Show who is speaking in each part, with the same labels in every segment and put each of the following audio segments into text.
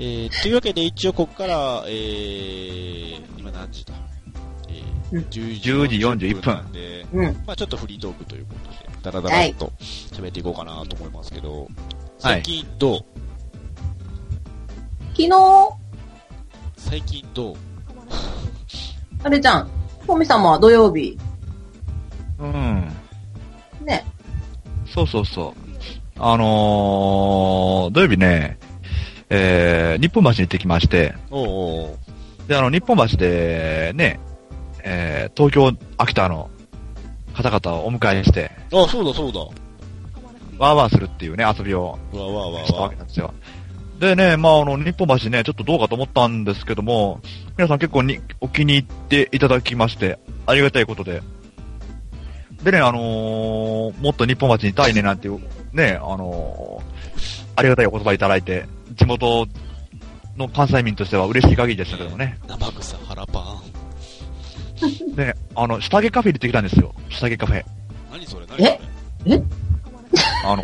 Speaker 1: えー、というわけで一応ここから、えー、今何時だ、えー、
Speaker 2: 10時
Speaker 1: 40
Speaker 2: 41分
Speaker 1: なんで、
Speaker 3: うん。
Speaker 1: まあちょっとフリートークということで、ダラダラっと喋っていこうかなと思いますけど、最近どう、
Speaker 3: 昨日、
Speaker 1: 最近どう
Speaker 3: あれじゃん。トミさんも土曜日、
Speaker 2: うん。
Speaker 3: ね。
Speaker 2: そうそうそう。あのー、土曜日ね、えー、日本橋に行ってきまして、
Speaker 1: おうおう
Speaker 2: で、あの、日本橋で、ね、えー、東京、秋田の方々をお迎えして、
Speaker 1: あ、そうだそうだ。
Speaker 2: ワーワーするっていうね、遊びを
Speaker 1: うわわわ
Speaker 2: したわ
Speaker 1: わ
Speaker 2: け。なんですよ。でね、まあ、あの、日本橋ね、ちょっとどうかと思ったんですけども、皆さん結構にお気に入っていただきまして、ありがたいことで。でね、あのーもっと日本橋にいたいねなんていう、ね、あのーありがたいお言葉いただいて、地元の関西民としては嬉しい限りでしたけどもね。
Speaker 1: 生臭腹パン。
Speaker 2: でね、あの、下着カフェに行ってきたんですよ。下着カフェ。
Speaker 1: 何それ何それ
Speaker 2: あの、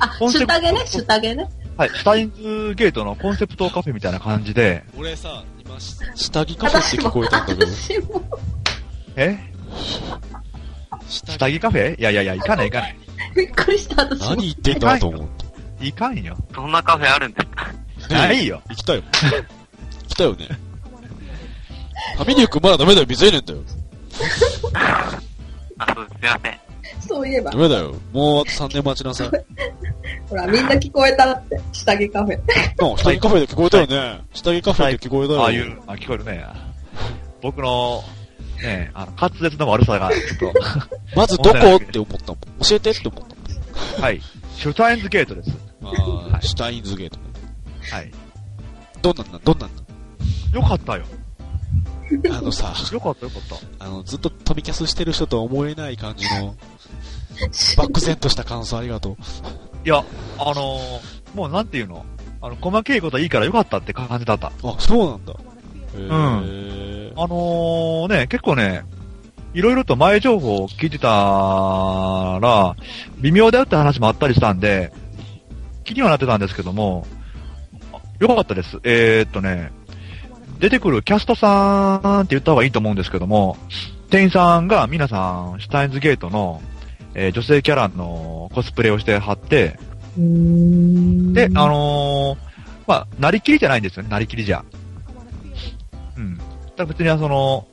Speaker 3: あ、
Speaker 2: コンセプ
Speaker 3: 下
Speaker 2: ト
Speaker 3: 着ね、下着ね。
Speaker 2: はい、スタインズゲートのコンセプトカフェみたいな感じで、
Speaker 1: 俺さ、今、下着カフェって聞こえたんだけど。
Speaker 3: 私も、
Speaker 2: え
Speaker 1: 下
Speaker 2: 下着カフェいやいやいや、行かない行かない。
Speaker 3: びっくりした、私も。
Speaker 1: 何言ってんだと思って。
Speaker 2: いかんよ。
Speaker 4: どんなカフェあるんですか
Speaker 2: ないよ。
Speaker 1: 行きたいよ。行きたいよね。ファミリー君まだダメだよ、未成年だよ。
Speaker 4: あ、そうです。すいません。
Speaker 3: そういえば
Speaker 1: ダ。メだよ。もうあと3年待ちなさ い。
Speaker 3: ほら、みんな聞こえたって、下着カフェ。
Speaker 1: うん下着カフェで聞こえたよね。下着カフェで聞こえたよ。
Speaker 2: ああいう、あ、聞こえるね。僕の、ねあの、滑舌の悪さが、ちょっ
Speaker 1: まずどこって思ったもん。教えてって思った
Speaker 2: と、はい。シュタインズゲートです。
Speaker 1: もん。あ
Speaker 2: は
Speaker 1: あ、
Speaker 2: い
Speaker 1: シュタインズゲートね。
Speaker 2: はい。
Speaker 1: どんなんだ、どんなん
Speaker 2: よかったよ。
Speaker 1: だ。あのさ、
Speaker 2: よかったよかった。
Speaker 1: あの、ずっと飛びキャスしてる人とは思えない感じの、漠然とした感想ありがとう。
Speaker 2: いや、あのーもうなんていうのあの、細けいことはいいからよかったって感じだった。
Speaker 1: あ、そうなんだ。へー
Speaker 2: あのー、ね、結構ね、いろいろと前情報を聞いてたら、微妙だよって話もあったりしたんで、気にはなってたんですけども、あよかったです。えー、っとね、出てくるキャストさんって言った方がいいと思うんですけども、店員さんが皆さん、シュタインズゲートの、えー女性キャラのコスプレをして貼って、 で、あのーまあ、なりきりじゃないんですよね、なりきりじゃ。うん。だから別にはその、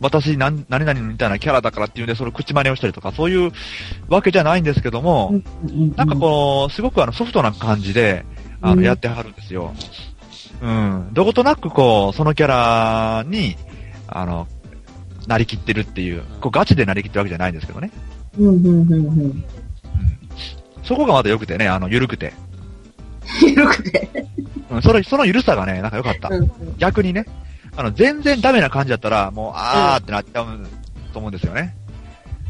Speaker 2: 私なん、何々みたいなキャラだからっていうんで、その口真似をしたりとか、そういうわけじゃないんですけども、なんかこう、すごくあの、ソフトな感じで、あ
Speaker 3: う
Speaker 2: の、
Speaker 3: ん
Speaker 2: やってはるんですよ。うん。どことなくこう、そのキャラに、あの、なりきってるっていう、こう、ガチでなりきってるわけじゃないんですけどね。
Speaker 3: うん、うん、うん、うん。
Speaker 2: うん。そこがまた良くてね、あの、緩くて。
Speaker 3: 広くて。
Speaker 2: うん、それ、その緩さがね、なんか良かった。
Speaker 3: うん。
Speaker 2: 逆にね、あの、全然ダメな感じだったら、もう、あーってなっちゃうと思うんですよね。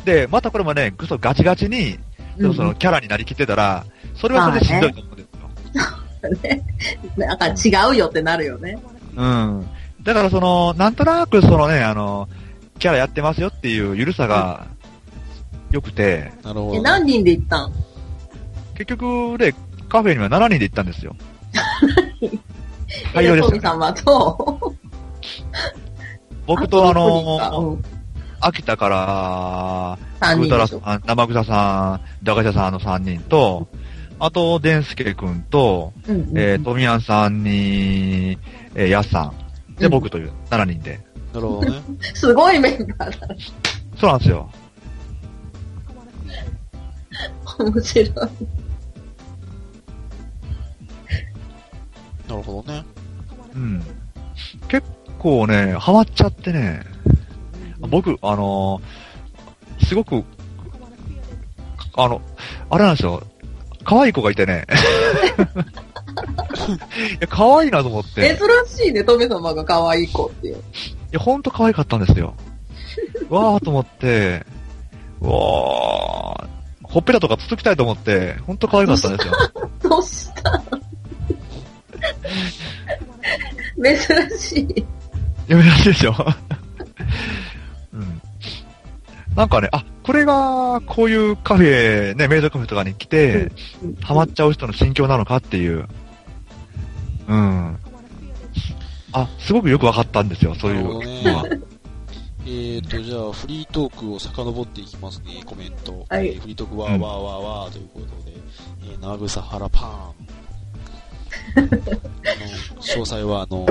Speaker 2: で、またこれもね、ぐそガチガチに、でもそのキャラになりきってたら、それはそれでしんどいと思うんですよ。
Speaker 3: ねなんか違うよってなるよね。
Speaker 2: うん。だからその、なんとなくそのね、あの、キャラやってますよっていう緩さが、良くて、
Speaker 1: なるほ
Speaker 3: え、
Speaker 1: どね。
Speaker 3: 何人で行ったん
Speaker 2: 結局ね、カフェには7人で行ったんですよ。大量で
Speaker 3: ト
Speaker 2: す
Speaker 3: ミ
Speaker 2: よ、ね。
Speaker 3: 様と、
Speaker 2: 僕とあ
Speaker 3: と
Speaker 2: の、
Speaker 3: 六人
Speaker 2: 秋田から、
Speaker 3: か、うん
Speaker 2: ぐ
Speaker 3: 三
Speaker 2: ー
Speaker 3: 人
Speaker 2: たら
Speaker 3: でし
Speaker 2: さ
Speaker 3: ょ。
Speaker 2: ん、生草さん、駄菓子屋さんの3人と、あと、でんすけくんと、
Speaker 3: うんうん
Speaker 2: えー、とみやんさんに、えー、やっさん。で、
Speaker 3: うん
Speaker 2: 僕という、7人で。
Speaker 1: なるほどね。
Speaker 3: すごいメンバーだ。
Speaker 2: そうなんですよ。
Speaker 3: 面白い。
Speaker 1: なるほどね。
Speaker 2: うん。結構ね、ハマっちゃってね、僕、あのーすごく、あの、あれなんですよ。可愛い子がいてね。いや可愛いなと思って。
Speaker 3: 珍しいね、トミ様が可愛い子っていう。
Speaker 2: いや、ほんと可愛かったんですよ。わーと思って、わー、ほっぺたとかつつきたいと思って、ほんと可愛かったんですよ。
Speaker 3: どうしたの珍しい。
Speaker 2: やめらしいでしょ。 うん。なんかね、あ、これが、こういうカフェ、ね、メイドカフェとかに来て、ハマっちゃう人の心境なのかっていう。うん。あ、すごくよくわかったんですよ、そうい
Speaker 1: な
Speaker 2: う
Speaker 1: るほどね
Speaker 2: のは。
Speaker 1: えー、と、じゃあ、フリートークを遡っていきますね、コメント。
Speaker 3: はい
Speaker 1: えーフリートークわーわーわーわーということで、えー、長草原パーン。あの、詳細は、あの、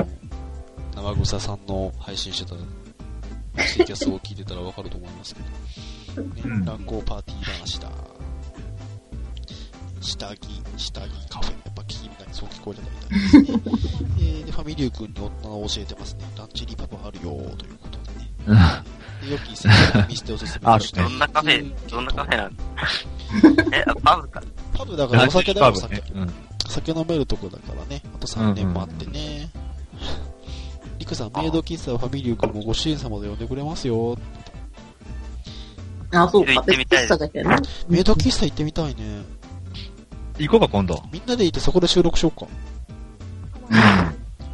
Speaker 1: 長草さんの配信してた、ツイキャスを聞いてたらわかると思いますけど、ね
Speaker 2: うん、
Speaker 1: 乱行パーティー話だ。下着、下着カフェ、やっぱ聞きみたいにそう聞こえたみたいですね。えーで、ファミリュー君に女を教えてますね。ランチリパパあるよということでね。で、よき先生に見せておすす めをして
Speaker 4: どんなカフェ、どんなカフェ なんですかえ、あパブか。
Speaker 1: パブだからお酒だよ、お
Speaker 2: 多分
Speaker 1: 酒
Speaker 2: ね。うん
Speaker 1: 酒飲めるとこだからね。あと3年もあってね。リクさん、メイド喫茶はファミリュー君もご主人様で呼んでくれますよ。
Speaker 3: あ、そう
Speaker 4: 行
Speaker 3: か。
Speaker 4: ってみたい
Speaker 3: 喫茶だけどね。
Speaker 1: メイド喫茶行ってみたいね。
Speaker 2: 行こうか、今度。
Speaker 1: みんなで行ってそこで収録しようか。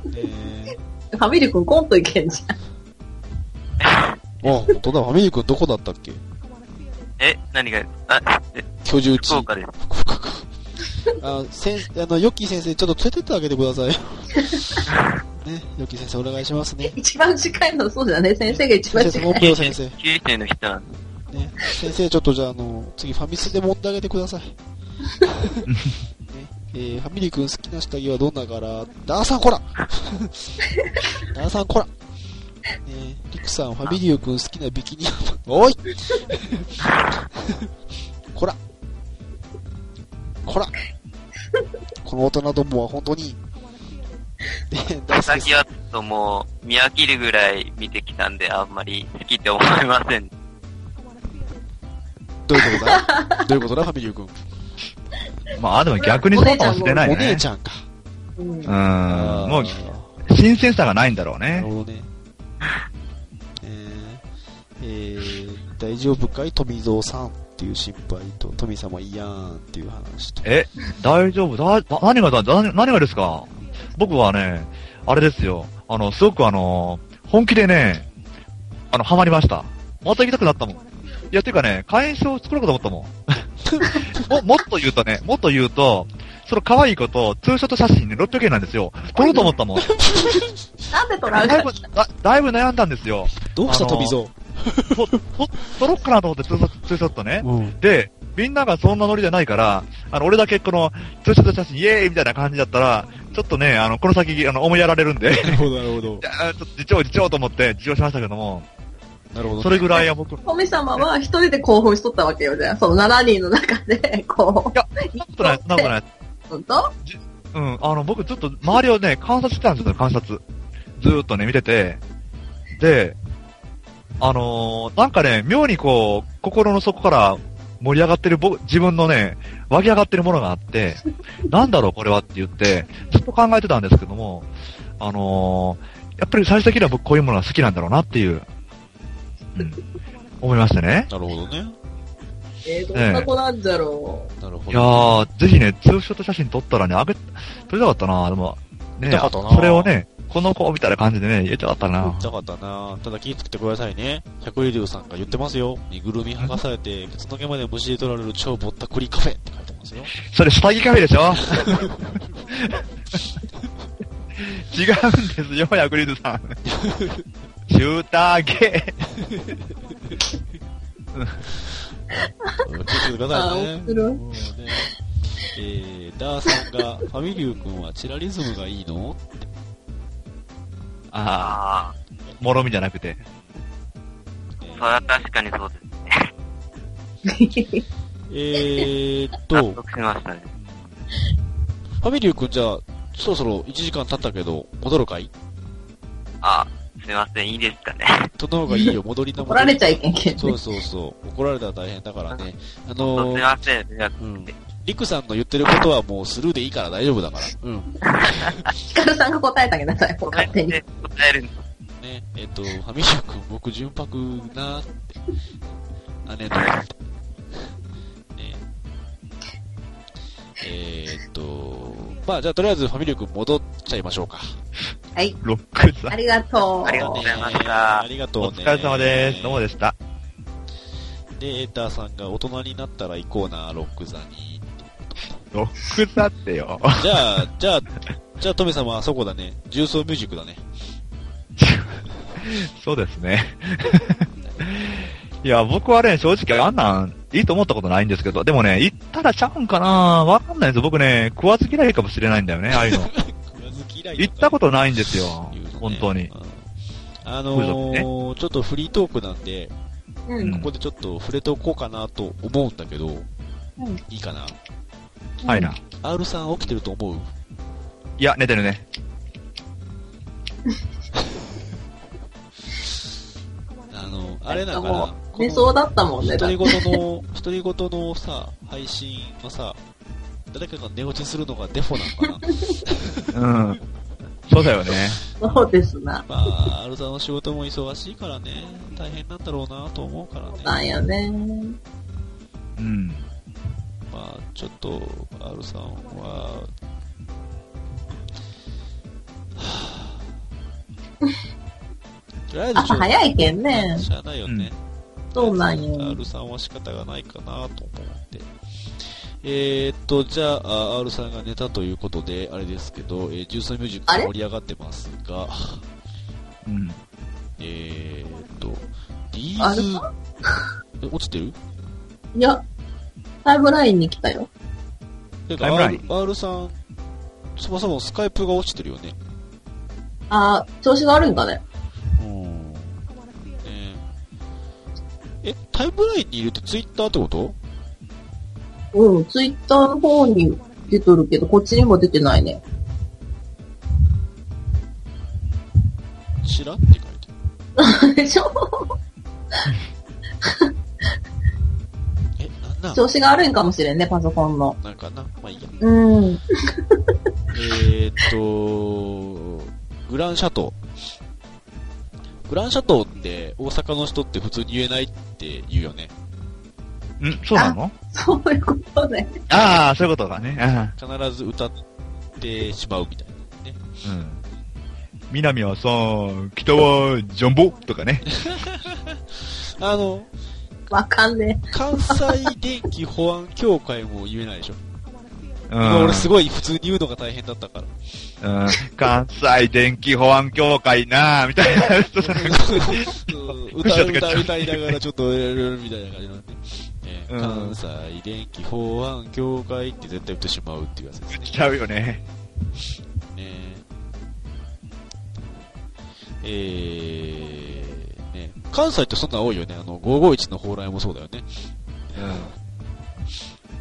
Speaker 2: うん
Speaker 1: え
Speaker 3: ファミリー君コントいけんじ
Speaker 1: ー、
Speaker 3: ゃん。
Speaker 1: あ、本当だ、ファミリュー君どこだったっけ
Speaker 4: え、何が、あ、え
Speaker 1: 居住地
Speaker 4: 福。岡です。
Speaker 1: あ先あの、ヨッキー先生、ちょっと連れてってあげてくだ さい。ね、ヨッキー先生お願いしますね。
Speaker 3: 一番近いのそうじゃね。先生が一番
Speaker 1: 先生、
Speaker 3: 近
Speaker 1: もう
Speaker 3: い。
Speaker 1: プロ先生。
Speaker 4: 九州の人なんで。
Speaker 1: ね、先生、ちょっとじゃあ、あの、次ファミスでもんであげてくだ さい。ねえーファミリー君好きな下着はどんなからダーさんこらダーさんこらねえリクさん、ファミリー君好きなビキニおいこらこらこの大人どもは本当に、ねえ、大好きです
Speaker 4: 先はちょっともう、見飽きるぐらい見てきたんで、あんまり好きって思いません。
Speaker 1: どういうことだどういうことだファミリー君。
Speaker 2: まあ、でも逆にそうかもしれない
Speaker 1: お姉
Speaker 2: ね。
Speaker 1: ちゃんか。
Speaker 3: うん
Speaker 2: う。ん。もう、新鮮さがないんだろう
Speaker 1: な
Speaker 2: ね
Speaker 1: る。ほどね。えー、えー大丈夫かい富蔵さんっていう心配と、富様いやーんっていう話と。
Speaker 2: え、大丈夫だ、な何がだ、だ何がですか僕はね、あれですよ。あの、すごくあの、本気でね、あの、ハマりました。また行きたくなったもん。いや、ていうかね、会員証を作ろうかと思ったもん。 も、もっと言うとね、もっと言うと、その可愛い子と、ツーショット写真ね、600円なんですよ。撮ろうと思ったもん。
Speaker 3: なんで取ら
Speaker 2: だ
Speaker 3: れた
Speaker 2: いぶ、だだいぶ悩んだんですよ。
Speaker 1: どうした
Speaker 2: あの
Speaker 1: 富
Speaker 2: ー
Speaker 1: 蔵
Speaker 2: と、と、撮ろうかなと思って、ツーショットツーショットね。
Speaker 1: うん。
Speaker 2: で、みんながそんなノリじゃないから、あの、俺だけこの、ツーショット写真、イエーイみたいな感じだったら、ちょっとね、あの、この先、あの、思いやられるんで、
Speaker 1: なるほど、なるほど
Speaker 2: い。やちょっと自重、自重と思って、自重しましたけども、
Speaker 1: なるほど。
Speaker 2: それぐらいは僕、い
Speaker 3: 神様は一人で興奮しとったわけよ、じゃあ。その7人の中で、こ
Speaker 2: や、そんなことない、そんなことない。
Speaker 3: う。ほんと
Speaker 2: うん、あの、僕ちょっと周りをね、観察してたんですよ、観察。ずーっとね、見てて。で、あのーなんかね、妙にこう、心の底から盛り上がってる僕、自分のね、湧き上がってるものがあって、 なんだろう、これはって言って、ずっと考えてたんですけども、あのーやっぱり最終的には僕こういうものが好きなんだろうなっていう、うん、思いましたね。
Speaker 1: なるほどね。
Speaker 3: えー、どんな子なんじゃろ
Speaker 1: なるほど。
Speaker 2: いやー、ぜひね、ツーショット写真撮ったらね、あげ、撮りたかったなでも、ね、
Speaker 1: 見たかったな
Speaker 2: それをね、この子みたいな感じでね、言えたかった
Speaker 1: 行
Speaker 2: な
Speaker 1: きたかったなただ気ぃつけてくださいね。百竜竜さんが言ってますよ。身ぐるみ剥がされて、ケツの毛まで虫で取られる超ぼったくりカフェって書いてますよ。
Speaker 2: それ下着カフェでしょ違うんですよ、ヤクリズさん。シューターゲ
Speaker 1: 気をつけてくだ
Speaker 3: あ
Speaker 1: さいね
Speaker 3: 面。白い
Speaker 1: うんねえー、ダーさんが、ファミリュー君はチラリズムがいいの
Speaker 2: ー。あ
Speaker 4: あ
Speaker 2: あ、もろみじゃなくて。
Speaker 1: えー
Speaker 4: あ、それは確かにそうです。
Speaker 3: う
Speaker 1: えーっ
Speaker 4: 納
Speaker 1: と、
Speaker 4: 得しましたね。
Speaker 1: ファミリューくんじゃあ、そろそろ1時間経ったけど、戻るかい
Speaker 4: あ、すいません、いいですかね。
Speaker 1: その方がいい よ、戻りな
Speaker 3: 怒られちゃいけん
Speaker 1: ん
Speaker 3: けん
Speaker 1: そ
Speaker 3: ね。
Speaker 1: うそうそう。怒られたら大変だからね。あ
Speaker 4: すい
Speaker 1: のー、
Speaker 4: ません、迷惑
Speaker 1: うん。リクさんの言ってることはもうスルーでいいから大丈夫だから。うん。
Speaker 3: ヒカルさんが答えてあげなさい、
Speaker 4: 答
Speaker 3: 勝手
Speaker 4: え
Speaker 3: に。
Speaker 4: て答えるんです
Speaker 1: ね、えっと、ファミリュー君、僕、純白なーって。姉と。ね。えーっと、まあ、じゃあ、とりあえず、ファミリュー君戻っちゃいましょうか。
Speaker 3: はい。
Speaker 2: ロックさ
Speaker 3: あ
Speaker 2: ん。
Speaker 3: りがとう。
Speaker 4: ありがとうございました
Speaker 1: ありがとうね
Speaker 2: お疲れ様です。どうもでした。
Speaker 1: で、エーターさんが大人になったら行こうな、ロック座に。
Speaker 2: ロックさってよ。
Speaker 1: じゃあ、じゃあ、 じゃあ、トメさんはあそこだね。重曹ミュージックだね。
Speaker 2: そうですね。 いや、僕はね、正直あんなん、いいと思ったことないんですけど、でもね、行ったらちゃうんかなわかんないです。僕ね、食わず嫌いかもしれないんだよね、ああいう の。
Speaker 1: 食わず嫌い
Speaker 2: 行ったことないんですよ
Speaker 1: 言うのね。
Speaker 2: 本当に。。
Speaker 1: あ
Speaker 2: 風俗
Speaker 1: の
Speaker 2: ね
Speaker 1: ー、ちょっとフリートークなんで、
Speaker 3: う
Speaker 2: うん
Speaker 3: ん
Speaker 1: ここでちょっと触れておこうかなと思うんだけど、いいかな。
Speaker 2: はいな。
Speaker 1: R さん起きてると思う
Speaker 2: いや、寝てるね。
Speaker 1: あの、あれなんか
Speaker 3: も
Speaker 1: な。
Speaker 3: う寝そうだったもんね。
Speaker 1: 独
Speaker 3: だっ
Speaker 1: り
Speaker 3: て
Speaker 1: 言の、独り言のさ、配信はさ、誰かが寝落ちするのがデフォなのかな。
Speaker 2: うん。そうだよね。
Speaker 3: そうですな。
Speaker 1: まあ、アルザの仕事も忙しいからね、大変なんだろうなと思うからね。
Speaker 3: なんやね。
Speaker 2: うん。
Speaker 1: まあ、ちょっと、アルさんは、はぁとりあえず
Speaker 3: 朝早いけんね。
Speaker 1: しゃあないよね。
Speaker 3: そうなんよ
Speaker 1: R さんは仕方がないかなと思って。えー、っと、じゃあ、あ R さんが寝たということで、あれですけど、えー、ジュースミュージックが
Speaker 3: あれ
Speaker 1: 盛り上がってますが、
Speaker 2: うん。
Speaker 1: えー、っと、ビー
Speaker 3: R
Speaker 1: ズ
Speaker 3: さ、
Speaker 1: え落ちてる
Speaker 3: いや、タイムラインに来たよ。
Speaker 1: て
Speaker 2: タイム
Speaker 1: か
Speaker 2: ライ
Speaker 1: R,
Speaker 2: ン
Speaker 1: R さん、そもそもスカイプが落ちてるよね。
Speaker 3: あー、調子が悪いんかね。
Speaker 1: うん。え、タイムラインにいるってツイッターってこと
Speaker 3: うん、ツイッターの方に出とるけど、こっちにも出てないね。
Speaker 1: 知らんって書いてる。
Speaker 3: でしょ
Speaker 1: え、なんなん
Speaker 3: 調子が悪いんかもしれんね、パソコンの。
Speaker 1: なんかなまあいいや。
Speaker 3: うん。
Speaker 1: えー、っと、グランシャトー。グランシャトーって大阪の人って普通に言えないって言うよね。
Speaker 2: んそうなの
Speaker 3: そういうことね。
Speaker 2: ああー、そういうことだね。あ
Speaker 1: 必ず歌ってしまうみたいなね。
Speaker 2: ーうん。南はさ、北はジャンボとかね。
Speaker 1: あの、
Speaker 3: わかんね
Speaker 1: 関西電気保安協会も言えないでしょ。
Speaker 2: う
Speaker 1: 今
Speaker 2: ん。
Speaker 1: 俺すごい普通に言うのが大変だ ったから。
Speaker 2: うん。関西電気保安協会なーみたいな。ちょっとなんか
Speaker 1: うん歌う歌う歌いながらちょっとやるみたいな感じなんで、えー
Speaker 2: うん
Speaker 1: 関西電気法案協会って絶対言ってしまうっていうやつです
Speaker 2: 言っ
Speaker 1: ね。
Speaker 2: ちゃうよね。
Speaker 1: ねえーね、関西ってそんな多いよね。あの、551の蓬莱もそうだよね。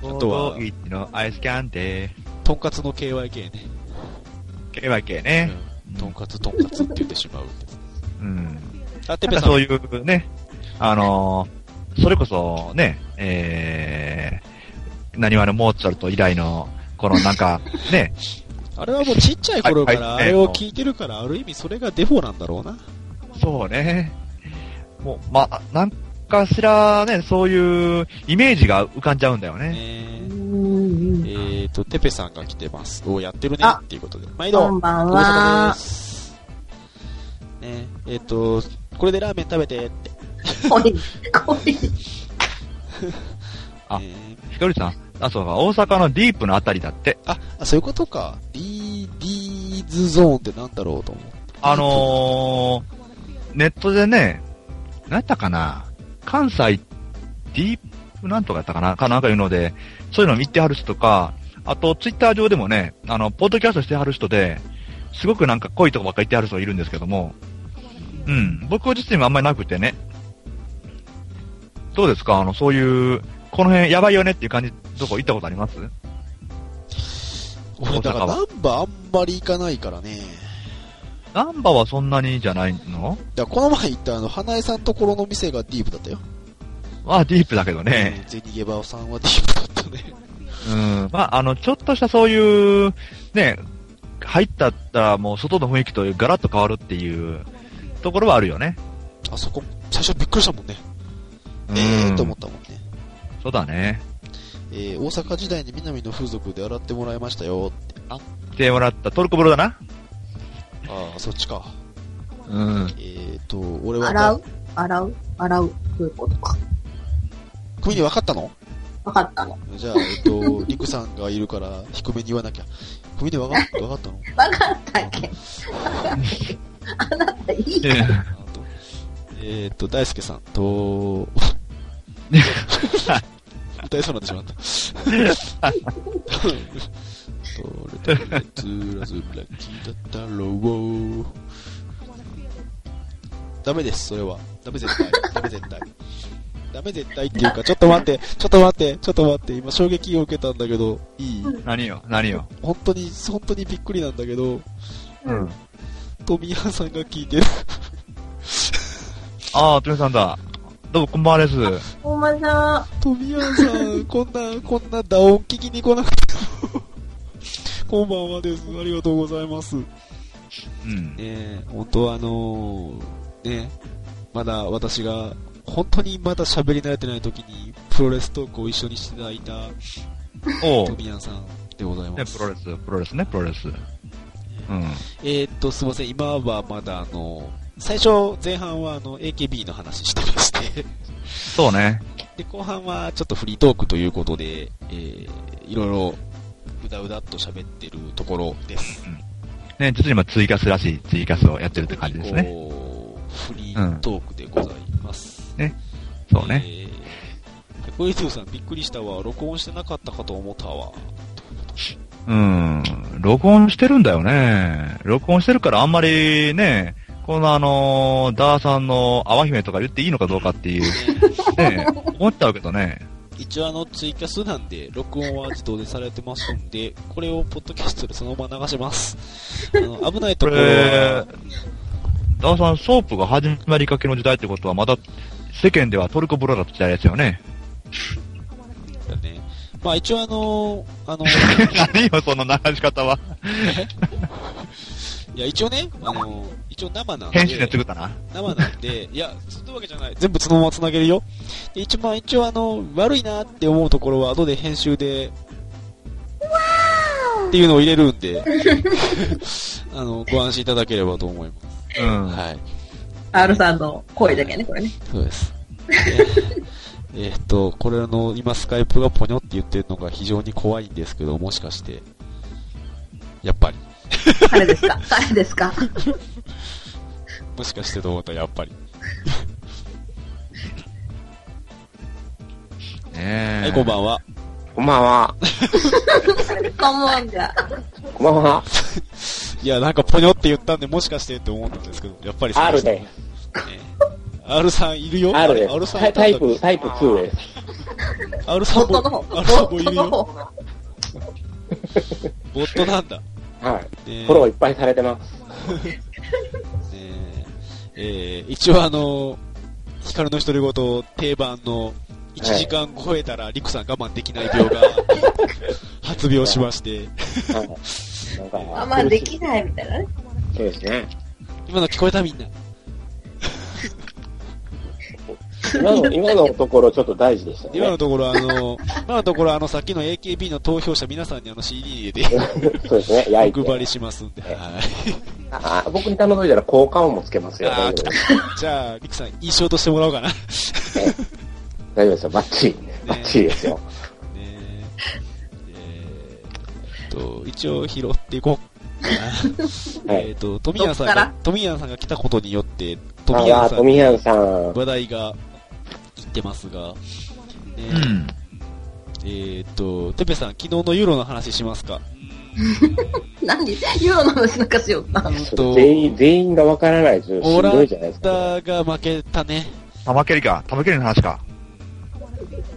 Speaker 2: うん。
Speaker 1: あ
Speaker 2: あ
Speaker 1: と
Speaker 2: と
Speaker 1: は
Speaker 2: は、いのアイスキャンデ
Speaker 1: とんかつの KYK ね。
Speaker 2: ー。KYK
Speaker 1: う
Speaker 2: ね。
Speaker 1: ん、とんかつとんかつって言ってしまうってやつ。
Speaker 2: うん。
Speaker 1: あ、て
Speaker 2: な
Speaker 1: ぺ
Speaker 2: んか
Speaker 1: さん
Speaker 2: そういうね、あのーそれこそね、えー、何わのモーツァルト以来の、このなんか、 ね、
Speaker 1: あれはもうちっちゃい頃か
Speaker 2: は
Speaker 1: ら
Speaker 2: い
Speaker 1: あ
Speaker 2: はい
Speaker 1: れを聞いてるから、ある意味それがデフォなんだろうな。
Speaker 2: そうね、もう、ま、なんかしらね、そういうイメージが浮かんじゃうんだよ
Speaker 1: ね
Speaker 2: ね。
Speaker 3: え。
Speaker 1: え
Speaker 3: うんうん。
Speaker 1: えーと、テペさんが来てます。おやってるね
Speaker 3: あ
Speaker 1: っていうことで。毎
Speaker 3: こ
Speaker 1: 度、
Speaker 3: んばん
Speaker 1: ご無沙汰で
Speaker 3: は。
Speaker 1: す。ねえ、っと、これでラーメン食べてって。
Speaker 3: こい、こい。
Speaker 2: あ
Speaker 1: ねえ
Speaker 2: ひとりさん、あ、そうか、大阪のディープのあたりだって。
Speaker 1: あ、あそういうことか。リー、リーズゾーンってなんだろうと思う。
Speaker 2: あのー、ネットでね、なんやったかな、関西ディープなんとかやったかな、かなんかいうので、そういうの見てはる人とか、あとツイッター上でもね、あの、ポッドキャストしてはる人で、すごくなんか濃いとこばっか言ってはる人いるんですけども、うん、僕自身はあんまりなくてね、どうですかあの、そういう、この辺やばいよねっていう感じ、どこ行ったことあります
Speaker 1: 俺、だから
Speaker 2: 大阪
Speaker 1: ナンバーあんまり行かないからね。
Speaker 2: ナンバはそんなにじゃないの
Speaker 1: だからこの前行ったあの、花江さんところの店がディープだったよ。
Speaker 2: まあ、ディープだけどね。
Speaker 1: うんゼニゲバオさんはディープだったね。
Speaker 2: うん。まあ、あの、ちょっとしたそういう、ね、入ったったらもう外の雰囲気とガラッと変わるっていうところはあるよね。
Speaker 1: あそこ、最初びっくりしたもんね。
Speaker 2: うん
Speaker 1: ええーと思ったもんね。
Speaker 2: そうだね。
Speaker 1: えー、大阪時代に南の風俗で洗ってもらいましたよ。
Speaker 2: 来てもらったトルコ風呂だな。
Speaker 1: ああ、そっちか。
Speaker 2: うん。
Speaker 1: えーと、俺は、
Speaker 3: 洗う洗う洗うということか。
Speaker 1: 君に分かったの
Speaker 3: わかったの。
Speaker 1: じゃあ、えっと、リクさんがいるから低めに言わなきゃ。ふみでわかった、わかったの
Speaker 3: わかったっけあなたいい
Speaker 2: ええ
Speaker 1: あとえーっと、大輔さんと、歌いそうになってしまった。どれだけずらずら聞いただろう。ダメです、それは。ダメ絶対。ダメ絶対。ダメ絶対っていうか、ちょっと待って、ちょっと待って、ちょっと待って、今衝撃を受けたんだけど、いい
Speaker 2: 何よ、何よ。
Speaker 1: 本当に、本当にびっくりなんだけど、
Speaker 2: うん。
Speaker 1: トミヤさんが聞いてる。
Speaker 2: ああ、トミさんだ。どうも、こんばんはです。
Speaker 3: ほんまだ。
Speaker 1: トミヤさん、こんな、こんな打音聞きに来なくても。こんばんはです。ありがとうございます。
Speaker 2: う
Speaker 1: ね
Speaker 2: ん。
Speaker 1: え、本当はあのーね、まだ私が、本当にまだ喋り慣れてない時に、プロレストークを一緒にしていただいた、
Speaker 2: おう
Speaker 1: トミヤンさんでござい
Speaker 2: ね
Speaker 1: ま、
Speaker 2: プ
Speaker 1: す。
Speaker 2: ロレス、プロレスね、プロレス。うん。
Speaker 1: えーっと、すいません、今はまだあの最初、前半はあの、AKB の話してまして、
Speaker 2: そうね。
Speaker 1: で、後半はちょっとフリートークということで、えー、いろいろ、うだうだっと喋ってるところです。
Speaker 2: ね、実に今、ツイキャスらしいツイキャスをやってるって感じですね。
Speaker 1: こうフリートークでございます。
Speaker 2: そうね。
Speaker 1: えー。小泉さん、びっくりしたわ。録音してなかったかと思った わ。
Speaker 2: うん。録音してるんだよね。録音してるからあんまりね、このあのーダーさんの淡姫とか言っていいのかどうかっていう、 ね、思っちゃうけどね。
Speaker 1: 一応あの、ツイキャスなんで、録音は自動でされてますんで、これをポッドキャストでそのまま流します。あの、危ないと
Speaker 2: こ
Speaker 1: ころは
Speaker 2: れ、ダーさん、ソープが始まりかけの時代ってことは、まだ世間ではトルコブロだった時代ですよ ね。
Speaker 1: だね。まあ一応あの、あの、
Speaker 2: 何よ、その流し方は。
Speaker 1: いや一応ね、あの、一応生なんで、
Speaker 2: 編集で作ったな。
Speaker 1: 生なんで、いや、そういうわけじゃない。全部そのまま繋げるよ。で一応、まあ一応あの、悪いなって思うところは後で編集で、っていうのを入れるんで、 あの、ご安心いただければと思います。
Speaker 2: うん。
Speaker 1: はい。
Speaker 3: R さんの声だけね、これね。
Speaker 1: そうです。えーえーっと、これあの、今スカイプがポニョって言ってるのが非常に怖いんですけど、もしかして、やっぱり。
Speaker 3: 彼ですか彼ですか
Speaker 1: もしかしてと思ったらやっぱり。
Speaker 2: ねえ
Speaker 1: はい、こんばんは。
Speaker 5: こんばんは。
Speaker 3: カモンじゃ。
Speaker 5: こんばんは。
Speaker 1: いや、なんかポニョって言ったんで、もしかしてって思ったんですけど、やっぱりそう
Speaker 5: R
Speaker 1: す
Speaker 5: で
Speaker 1: ね。R さんいるよ
Speaker 5: R で
Speaker 1: R
Speaker 5: す。
Speaker 1: さん
Speaker 5: タイタイプ、
Speaker 1: いたんだ
Speaker 5: タイプ2です。
Speaker 1: けど R さん
Speaker 3: 本
Speaker 1: も
Speaker 3: 当の方。
Speaker 1: R さんも
Speaker 3: 本
Speaker 1: い
Speaker 3: 当
Speaker 1: る
Speaker 3: の
Speaker 1: よ。
Speaker 3: 方。
Speaker 1: ボットなんだ。
Speaker 5: はい。
Speaker 1: ね
Speaker 5: フォローいっぱいされてます。
Speaker 1: ねえー一応あの、ヒカルの独り言定番の1時間超えたらリクさん我慢できない 病が発病しまして、
Speaker 5: はい。なんか、
Speaker 3: あんまできないみたいなね。
Speaker 5: そうですね。
Speaker 1: 今の聞こえたみんな。
Speaker 5: 今の、今のところちょっと大事でした
Speaker 1: 今
Speaker 5: ね
Speaker 1: の。ところあの、今のところあのさっきの AKB の投票者皆さんにあの CD に入れて
Speaker 5: そうですね。焼い
Speaker 1: お配り
Speaker 5: て。
Speaker 1: しますんで、
Speaker 5: はい
Speaker 1: はい。
Speaker 5: ああ僕に頼んどいたら効果音もつけますよ。
Speaker 1: あー
Speaker 5: 大丈夫です。
Speaker 1: じゃあ、リクさん、印象としてもらおうかな。ね
Speaker 5: 大丈夫ですよ。バッチリ。バッチリですよ。
Speaker 1: ええーっと、一応拾っていこうかな。
Speaker 5: はい
Speaker 1: えーっと、富谷さん
Speaker 3: どっか
Speaker 1: が
Speaker 3: ら、
Speaker 1: 富谷さんが来たことによって、富
Speaker 5: あ
Speaker 1: 谷
Speaker 5: あ、
Speaker 1: さ
Speaker 5: ト
Speaker 1: んに
Speaker 5: ミヤンさん。
Speaker 1: 話題がいってますが、ね
Speaker 2: うん。
Speaker 1: えーっと、てぺさん、昨日のユーロの話しますか
Speaker 3: 何ユーロの話なんかしよう
Speaker 1: う
Speaker 3: な。
Speaker 1: ーんと、
Speaker 5: 全員、全員がわからないとしん
Speaker 1: オラ
Speaker 5: どい
Speaker 1: ン
Speaker 5: じゃないですか。
Speaker 1: ダが負けたね
Speaker 2: 玉蹴りか。玉蹴りの話か。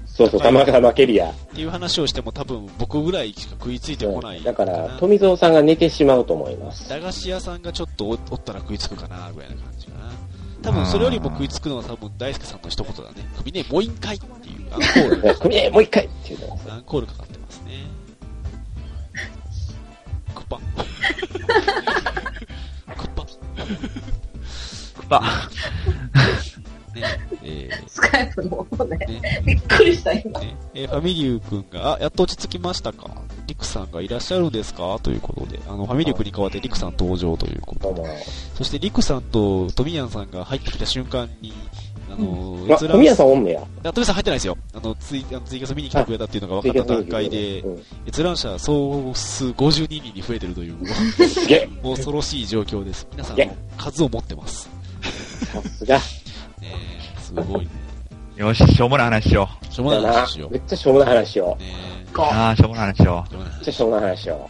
Speaker 5: そうそう、玉川負けるや。
Speaker 1: っていう話をしても多分僕ぐらいしか食いついてこない
Speaker 5: だ
Speaker 1: か
Speaker 5: か
Speaker 1: な。
Speaker 5: ら、富蔵さんが寝てしまうと思います。
Speaker 1: 駄菓子屋さんがちょっとおおったら食いつくかなぐらいな感じかな多分それよりも食いつくのは多分大輔さんの一言だね首ねもう一回って いうアンコール
Speaker 5: ねトミヤンもう一回っていうの。
Speaker 1: アンコールかかってますねクッパクッパ
Speaker 2: あ、
Speaker 1: ねえ
Speaker 3: スカイプの方ね
Speaker 1: ー。ね
Speaker 3: びっくりした、今。
Speaker 1: ねえーファミリュー君が、あ、やっと落ち着きましたかリクさんがいらっしゃるんですかということで、あの、ファミリュー君に代わってリクさん登場ということ
Speaker 5: どう
Speaker 1: で。
Speaker 5: も。
Speaker 1: そしてリクさんとトミヤンさんが入ってきた瞬間に、あの、
Speaker 5: あ、
Speaker 1: 閲覧
Speaker 5: 富谷さんおんね
Speaker 1: あ
Speaker 5: や。
Speaker 1: 富士山入ってないですよ。あの、ツイあのツイキャス見に来てくれたっていうのが分かった段階で
Speaker 5: う、ん
Speaker 1: 閲覧者総数52人に増えてるという、
Speaker 5: すげえ。
Speaker 1: もう恐ろしい状況です。皆さん、
Speaker 5: い
Speaker 1: あ
Speaker 5: や
Speaker 1: の数を持ってます。
Speaker 5: さすが。
Speaker 1: ねえすごいね。
Speaker 2: よし、しょうもない話しよ
Speaker 1: しょうもな
Speaker 5: だ
Speaker 1: い話
Speaker 5: な
Speaker 1: しよ。う。
Speaker 5: め
Speaker 1: ね
Speaker 5: っちゃしょうもない話を。
Speaker 1: え
Speaker 2: う。ああ、しょうもない話しよ
Speaker 1: しょうもない
Speaker 5: めっちゃしょうもない話を。
Speaker 2: う。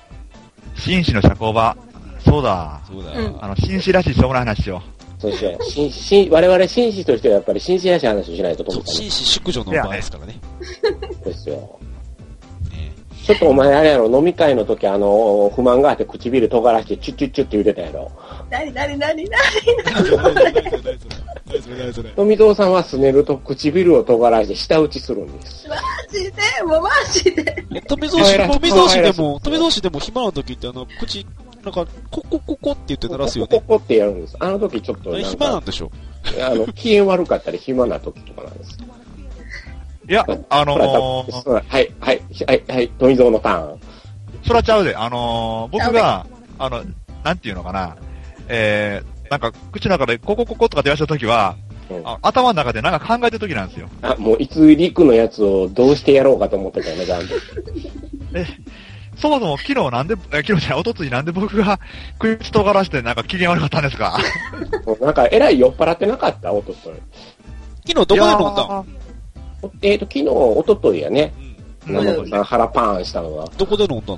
Speaker 2: 紳士の社交場。そうだ。
Speaker 1: そう
Speaker 3: うん
Speaker 1: だ。
Speaker 2: あの、紳士らしいしょうもない話しよ
Speaker 5: そうしよう。しんし我々紳士としてはやっぱり紳士らしい話をしないとと
Speaker 1: そう、
Speaker 5: 思ったね。
Speaker 1: 紳士淑女の場ですからね。
Speaker 5: そうですよ。
Speaker 1: ね
Speaker 5: ちょっとお前あれやろ、飲み会の時あの、不満があって唇尖らしてチュッチュッチュッって言うてたやろ。
Speaker 3: なになになにな
Speaker 1: え何それ何それ何それ何それ
Speaker 5: 富蔵さんはすねると唇を尖らして舌打ちするんです。
Speaker 3: マジでもうマジで
Speaker 1: 富蔵市、富蔵市でも、富蔵市でも暇な時ってあの、口、なんか、ココココって言って鳴らすよ
Speaker 5: ポ
Speaker 1: ね
Speaker 5: コ。ポコってやるんです。あの時ちょっと
Speaker 1: あれ
Speaker 5: なん
Speaker 1: 暇なん
Speaker 5: か、
Speaker 1: でしょ
Speaker 5: あの、機嫌悪かったり暇な時とかなんです。
Speaker 2: う。いや、あの
Speaker 5: ほら
Speaker 2: ー、
Speaker 5: ほらはい、はい、はい、はい、富蔵のターン。
Speaker 2: そらちゃうで、あのー、僕が、あの、なんていうのかな、えー、なんか、口の中で、こここことか出らしたときは、
Speaker 5: うん
Speaker 2: あ頭の中でなんか考えてるときなんですよ。
Speaker 5: あ、もういつ陸のやつをどうしてやろうかと思ってたよね、ガン
Speaker 2: そもそも昨日なんで、え昨日じゃない、おとついなんで僕が口尖らしてなんか機嫌悪かったんですか
Speaker 5: もうなんか、えらい酔っ払ってなかったおととい。
Speaker 1: 昨日どこで飲んだん
Speaker 5: えっ、と、昨日、おとといやね。
Speaker 1: うん
Speaker 2: うん
Speaker 5: 長野さん腹パーンしたのは、
Speaker 1: どこで飲んだ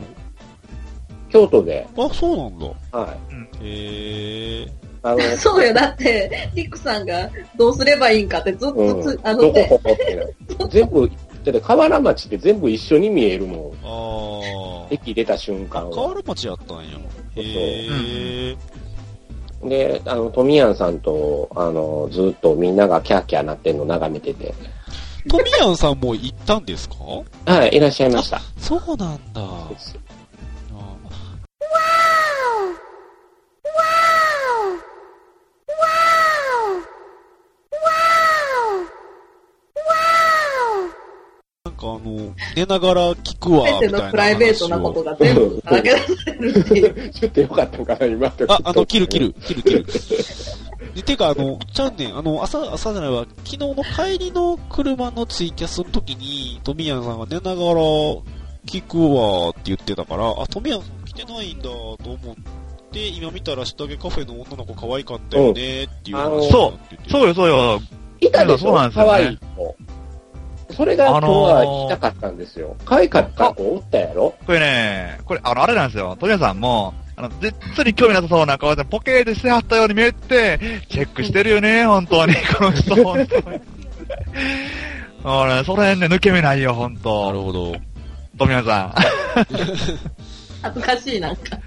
Speaker 5: 京都で、
Speaker 1: のあ、そうなんだ。
Speaker 5: はい。
Speaker 1: へえ。
Speaker 5: あの、
Speaker 3: そうよ、だって、リックさんがどうすればいいんかってずっとつ、
Speaker 5: うん、
Speaker 3: あ
Speaker 5: ど
Speaker 3: の
Speaker 5: こ
Speaker 3: ね、
Speaker 5: ここってな。全部、だって河原町って全部一緒に見えるも
Speaker 1: ああ
Speaker 5: ん。。駅出た瞬間
Speaker 1: 河原町やったんや。へえ。
Speaker 5: で、あの、富谷さんと、あの、ずっとみんながキャーキャーなってんの眺めてて。
Speaker 1: 富谷さんも行ったんですか
Speaker 5: はい、いらっしゃいました。
Speaker 1: そうなんだ。あなんかあの、寝ながら聞くわ、
Speaker 3: 全て
Speaker 1: みたいな話
Speaker 3: の
Speaker 1: を。
Speaker 3: プライベートなことが全部さらけ出されるっていう。
Speaker 5: ちょっとよかったのかな、今
Speaker 1: あ、あの、切る切。る、切る切る。で、てか、あの、ちゃうねん、あの、朝、朝じゃないわ、昨日の帰りの車のツイキャスの時に、富谷さんが寝ながら、聞くわって言ってたから、あ、富谷さん来てないんだと思って、今見たら下着カフェの女の子可愛かったよねっていう話になってて
Speaker 2: そうよ、そうよ。
Speaker 5: いたでし
Speaker 2: そう
Speaker 5: ょ
Speaker 2: なんですよね
Speaker 5: 可愛い子。それが今日は行きたかったんですよ。可愛かった子おったやろ
Speaker 2: これね、これ、あの、あれなんですよ。とりあえずさんも、あの、絶対に興味なさそうな顔でポケーでしてはったように見えて、チェックしてるよね、本当に。この人、本当に。俺、その辺ね、抜け目ないよ、本
Speaker 1: なる
Speaker 2: 当。
Speaker 1: ほど。
Speaker 2: 富山さ
Speaker 3: 恥ずかしい、なんか。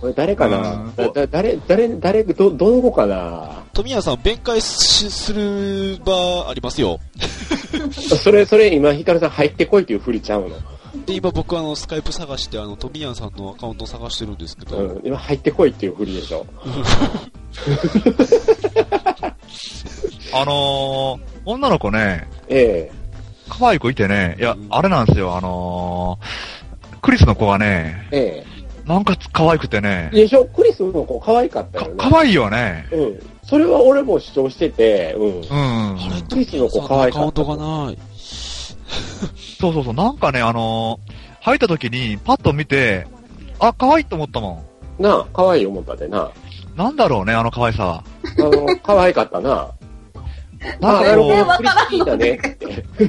Speaker 5: これ誰か
Speaker 2: う
Speaker 5: なんだだ誰、誰、誰、ど、どの子かな
Speaker 1: 富谷さん、弁解しする場ありますよ。
Speaker 5: それ、それ今、ヒカルさん入ってこいっていうふりちゃうの。
Speaker 1: で、今僕あの、スカイプ探して、あの、富谷さんのアカウント探してるんですけど、
Speaker 5: うん、今入ってこいっていうふりでしょ。
Speaker 2: ん。あのー、女の子ね、
Speaker 5: え
Speaker 2: 可愛い子いてね、いや
Speaker 1: うん、
Speaker 2: あれなんですよ、あのー、クリスの子がね、
Speaker 5: ええ
Speaker 2: なんか可愛くてね
Speaker 5: え、でしょクリスの子可愛かった
Speaker 2: か
Speaker 5: よ、ね。
Speaker 2: 可愛いよね。
Speaker 5: うん。それは俺も主張してて、う
Speaker 2: う
Speaker 5: ん。
Speaker 2: ん。
Speaker 1: あれ、
Speaker 5: クリスの子可愛
Speaker 1: アカ
Speaker 5: か
Speaker 1: ウ
Speaker 5: っ
Speaker 1: ン
Speaker 5: た
Speaker 1: ト。がない。
Speaker 2: そうそうそう、なんかね、あのー、入った時にパッと見て、あ、可愛いと思ったも
Speaker 5: なあ、可愛い思ったでな。
Speaker 2: ん。なんだろうね、あの可愛さは。
Speaker 5: あの、可愛かったな。
Speaker 2: なん
Speaker 5: な
Speaker 2: か
Speaker 5: る
Speaker 2: こ
Speaker 5: ほど
Speaker 2: う、
Speaker 5: クリスいいだねっ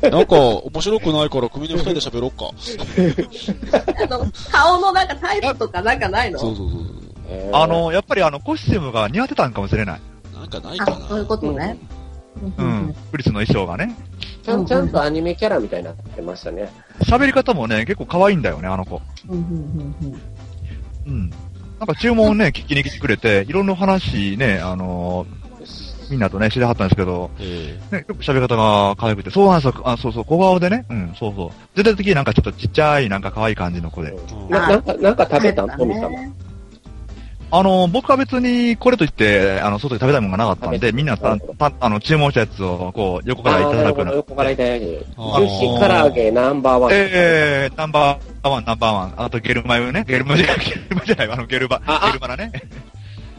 Speaker 5: て。
Speaker 1: なんか、面白くないから、組の二人で喋ろっか。
Speaker 3: あの、顔のなんかタイプとかなんかないの
Speaker 1: そうそうそう
Speaker 5: ええ
Speaker 2: あ、の、やっぱりあの、コスチュームが似合ってたんかもしれない。
Speaker 1: そう。なんかないか
Speaker 3: あ
Speaker 1: な。、
Speaker 3: そういうことね。
Speaker 2: う
Speaker 3: うん
Speaker 2: ん。クリスの衣装がね。
Speaker 5: ちゃん、ちゃんとアニメキャラみたいになってましたね。
Speaker 2: 喋り方もね、結構可愛いんだよね、あの子。
Speaker 3: うんうんうんうん
Speaker 2: うん。なんか注文をね、聞きに来てくれて、いろんな話ね、あのーみんなとね、知りはったんですけど、
Speaker 1: え
Speaker 2: ね、よく喋り方が可愛くて、そうなんですよ、あ、そうそう、小顔でね、うん、そうそう。全体的になんかちょっとちっちゃい、なんか可愛い感じの子で。
Speaker 1: え
Speaker 5: な、なんか、なんか食べたんトミさん。
Speaker 2: あの、僕は別にこれといって、あの、外で食べたいものがなかったん
Speaker 5: 食べ
Speaker 2: で、
Speaker 5: た
Speaker 2: みんなた、た、あの、注文したやつを、こう、横からいた
Speaker 5: あーな
Speaker 2: だ
Speaker 5: る
Speaker 2: くよ
Speaker 5: ほ
Speaker 2: うな
Speaker 5: ど、。横からいただ
Speaker 1: あ
Speaker 5: き。ジュ
Speaker 1: ー
Speaker 5: ーシー唐揚げナンバーワン。
Speaker 2: えー、ナンバーワン、ナンバーワン。あと、ゲルマヨね。ゲルマじゃ ない、ゲルマじゃないわ、あの、ゲルバ
Speaker 5: あ、あ
Speaker 2: ゲルバラね。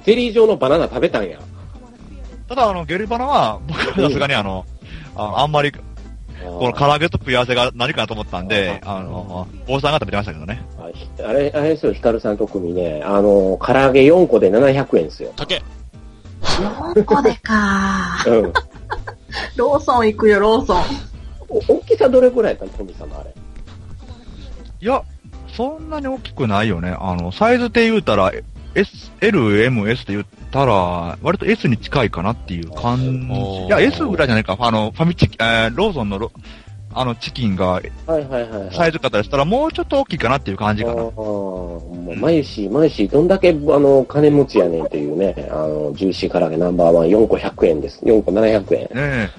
Speaker 5: ゼリー状のバナナ食べたんや。
Speaker 2: ただ、あの、ゲルバナは、僕はさすがにあの、あのあんまり、この唐揚げと食い合わせが何かなと思ったんで、あの、坊さんが食べてましたけどね。
Speaker 5: あひあれ、あれですよ、ヒカルさん特にね、あの、唐揚げ4個で700円ですよ。
Speaker 1: 竹
Speaker 3: 4個でか
Speaker 5: うん。
Speaker 3: ローソン行くよ、ローソン。
Speaker 5: お大きさどれぐらいやったの、トミーさんのあれ。
Speaker 2: いや、そんなに大きくないよね。あの、サイズで言うたら、S、L、M、S で言ったら、割と S に近いかなっていう感じ。
Speaker 1: おー
Speaker 2: いや、S ぐらいじゃないか。あの、ファミチキ、えーローソンのロ、あの、チキンが、
Speaker 5: はいはいはい、はい。
Speaker 2: サイズ方したら、もうちょっと大きいかなっていう感じか
Speaker 5: あ
Speaker 2: な。
Speaker 5: ーもう、マユシー、マユシー、どんだけ、あの、金持ちやねんっていうね、あの、ジューシー唐揚げナンバーワン、4個100円です。4個700円。
Speaker 2: ねえ。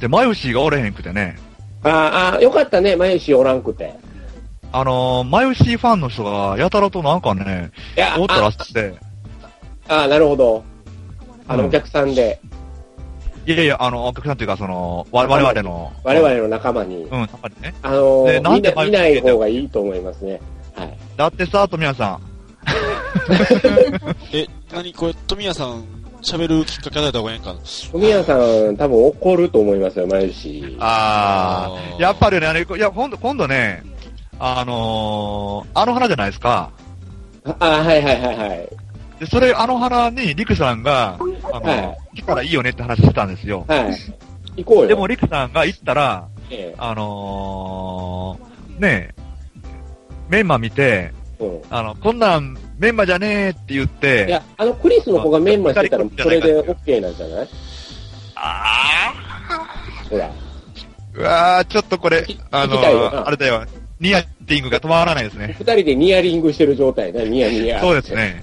Speaker 2: で、マヨシーがおれへんくてね。
Speaker 5: あーあー、よかったね、マユシーおらんくて。
Speaker 2: あのー、マヨシーファンの人が、やたらとなんかね、
Speaker 5: いや、
Speaker 2: おったら
Speaker 5: あ
Speaker 2: しくて、
Speaker 5: あー、なるほど。あの、
Speaker 2: うん
Speaker 5: お客さんで、
Speaker 2: いやいや、あの、お客さんというか、その、わ我々の、
Speaker 5: 我々の仲間に、
Speaker 2: うん、やっぱりね。
Speaker 5: あの
Speaker 2: ねなん
Speaker 5: 見
Speaker 2: で
Speaker 5: な、見ない
Speaker 2: マユシーって
Speaker 5: 方がいいと思いますね。はい。
Speaker 2: だってさ、富谷さん、
Speaker 1: え、何これ、富谷さん、喋るきっかけ与えた方がいいんかな
Speaker 5: 富谷さん、多分怒ると思いますよ、マユシー。
Speaker 2: あ
Speaker 1: あ
Speaker 2: ー、
Speaker 1: ー
Speaker 2: やっぱりね、あの、いや、今度、今度ね、あのー、あの花じゃないですか。
Speaker 5: ああー、はいはいはいはい。
Speaker 2: で、それ、あの花に、リクさんが、あの、
Speaker 5: は
Speaker 2: 来たらいいよねって話してたんですよ。
Speaker 5: はい。行こうよ。
Speaker 2: でも、、リクさんが行ったら、
Speaker 5: え
Speaker 2: あのー、ねえ、メンマ見て、
Speaker 5: えうん
Speaker 2: あの、こんなんメンマじゃねえって言っ
Speaker 5: い
Speaker 2: て、
Speaker 5: や、あのクリスの子がメンマしてたら、それで OK なんじゃない
Speaker 4: あ
Speaker 5: ほら。
Speaker 2: うわー、ちょっとこれ
Speaker 5: 聞き、
Speaker 2: あの
Speaker 5: 聞きたいよな
Speaker 2: ー、あれだよ、ニアティングが止まらないですね。
Speaker 5: 二人でニヤリングしてる状態ね、ニヤニヤ。
Speaker 2: そうです。ね。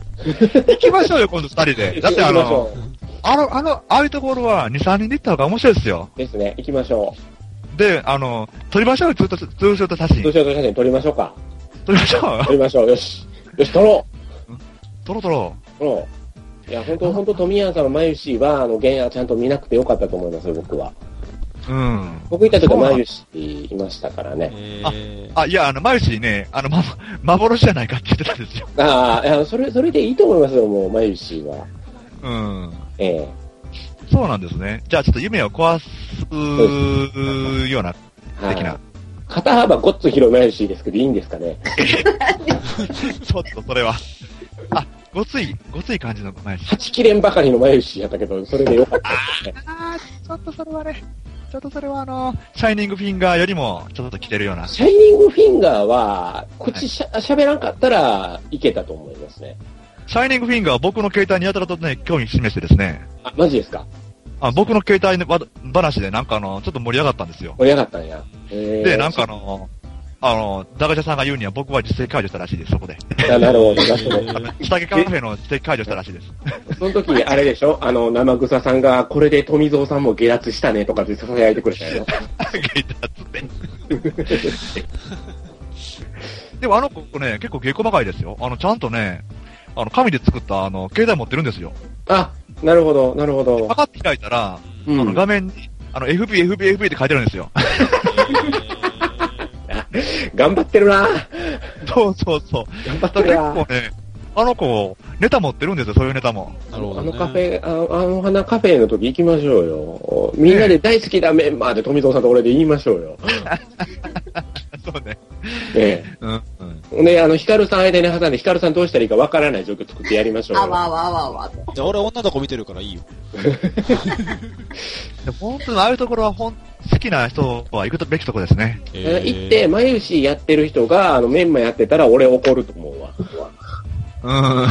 Speaker 2: 行きましょうよ、今度二人で。だってあ
Speaker 5: 行きまし
Speaker 2: の、
Speaker 5: ょ
Speaker 2: あの、あの、ああいうところは2、3人で行った方が面白いですよ。
Speaker 5: う。ですね、行きましょ
Speaker 2: で、あの、撮りましょうよ、ツーショットツーショット写真。
Speaker 5: う。どうしようどうしよう写真撮りましょうか。
Speaker 2: 撮りましょう
Speaker 5: 撮。りましょう。よし。よし、撮ろ
Speaker 2: 撮ろう撮ろ
Speaker 5: う。撮ろう。いや、本当本当富谷さんの眉シは、あの、原案ちゃんと見なくてよかったと思いますよ、僕は。
Speaker 2: う。うん。
Speaker 5: 僕行った時
Speaker 2: そうなの
Speaker 5: 眉シいましたからね。
Speaker 1: え
Speaker 2: あ、いや、あの、マユシーね、あの、ま、幻じゃないかって言ってたんですよ。
Speaker 5: ああ、いやそれ、それでいいと思いますよ、もう、眉シは。
Speaker 2: うん。
Speaker 5: ええ
Speaker 2: そうなんですね。じゃあちょっと夢を壊すような、
Speaker 5: はい
Speaker 2: 的な。
Speaker 5: 肩幅ごっつ広い眉シですけど、いいんですかね。
Speaker 2: ちょっとそれは。あ、ごつい、ごつい感じの前です。
Speaker 5: はちきれんばかりの眉シやったけど、それでよ かったですね。
Speaker 2: あー、ちょっとそれはね、ちょっとそれはあの、シャイニングフィンガーよりも、ちょっと着てるような。
Speaker 5: シャイニングフィンガーは、口しゃ喋らんかったらいけたと思いますね。
Speaker 2: シャイニングフィンガーは僕の携帯にやたらとね、興味示してですね、
Speaker 5: あ、マジですか
Speaker 2: あ僕の携帯のば話でなんかあの、ちょっと盛り上がったんですよ。
Speaker 5: 盛り上がったんや。へー
Speaker 2: で、なんかあ、の、あの、駄菓子屋さんが言うには僕は実践解除したらしいです、そこで。
Speaker 5: ななるほど、なるほ
Speaker 1: ー
Speaker 2: 下着カフェの実践解除したらしいです。
Speaker 5: ど。その時、あれでしょあの、生草さんが、これで富蔵さんも下脱したねとかで囁いてくれたよ。
Speaker 2: つって。でもあの子ね、結構稽古ばかりですよ。あの、ちゃんとね、あの、紙で作った、あの、携帯持ってるんですよ。
Speaker 5: あ、なるほど、なるほど
Speaker 2: パ。カって開いたら、
Speaker 5: う
Speaker 2: あの、
Speaker 5: ん。
Speaker 2: 画面に、あの、FB、FB、FB って書いてあるんです よ。
Speaker 5: 頑張ってるな
Speaker 2: そうそうそう。
Speaker 5: 頑張っ
Speaker 2: だ
Speaker 5: てる
Speaker 2: から
Speaker 5: な
Speaker 2: 結構ね、あの子、ネタ持ってるんですよ、そういうネタも。
Speaker 1: なるほど、
Speaker 5: あ
Speaker 1: ね。
Speaker 5: のカフェ、あの、あの花カフェの時行きましょうよ。みんなで大好きだメンバーで富蔵さんと俺で言いましょうよ。
Speaker 2: そうね。
Speaker 5: え
Speaker 2: うん、うん。
Speaker 5: え。で、あの、ヒカルさん間に挟んで、ヒカルさんどうしたらいいかわからない状況作ってやりましょう
Speaker 3: あ
Speaker 5: よ。
Speaker 3: わあわあわあわ
Speaker 1: いや俺は女の子見てるからいいよ。
Speaker 2: で本当にああいうところは、ほん、好きな人は行くべきとこですね。
Speaker 5: えー行って、、眉牛やってる人が、あの、メンマやってたら俺怒ると思うわ。
Speaker 2: うん。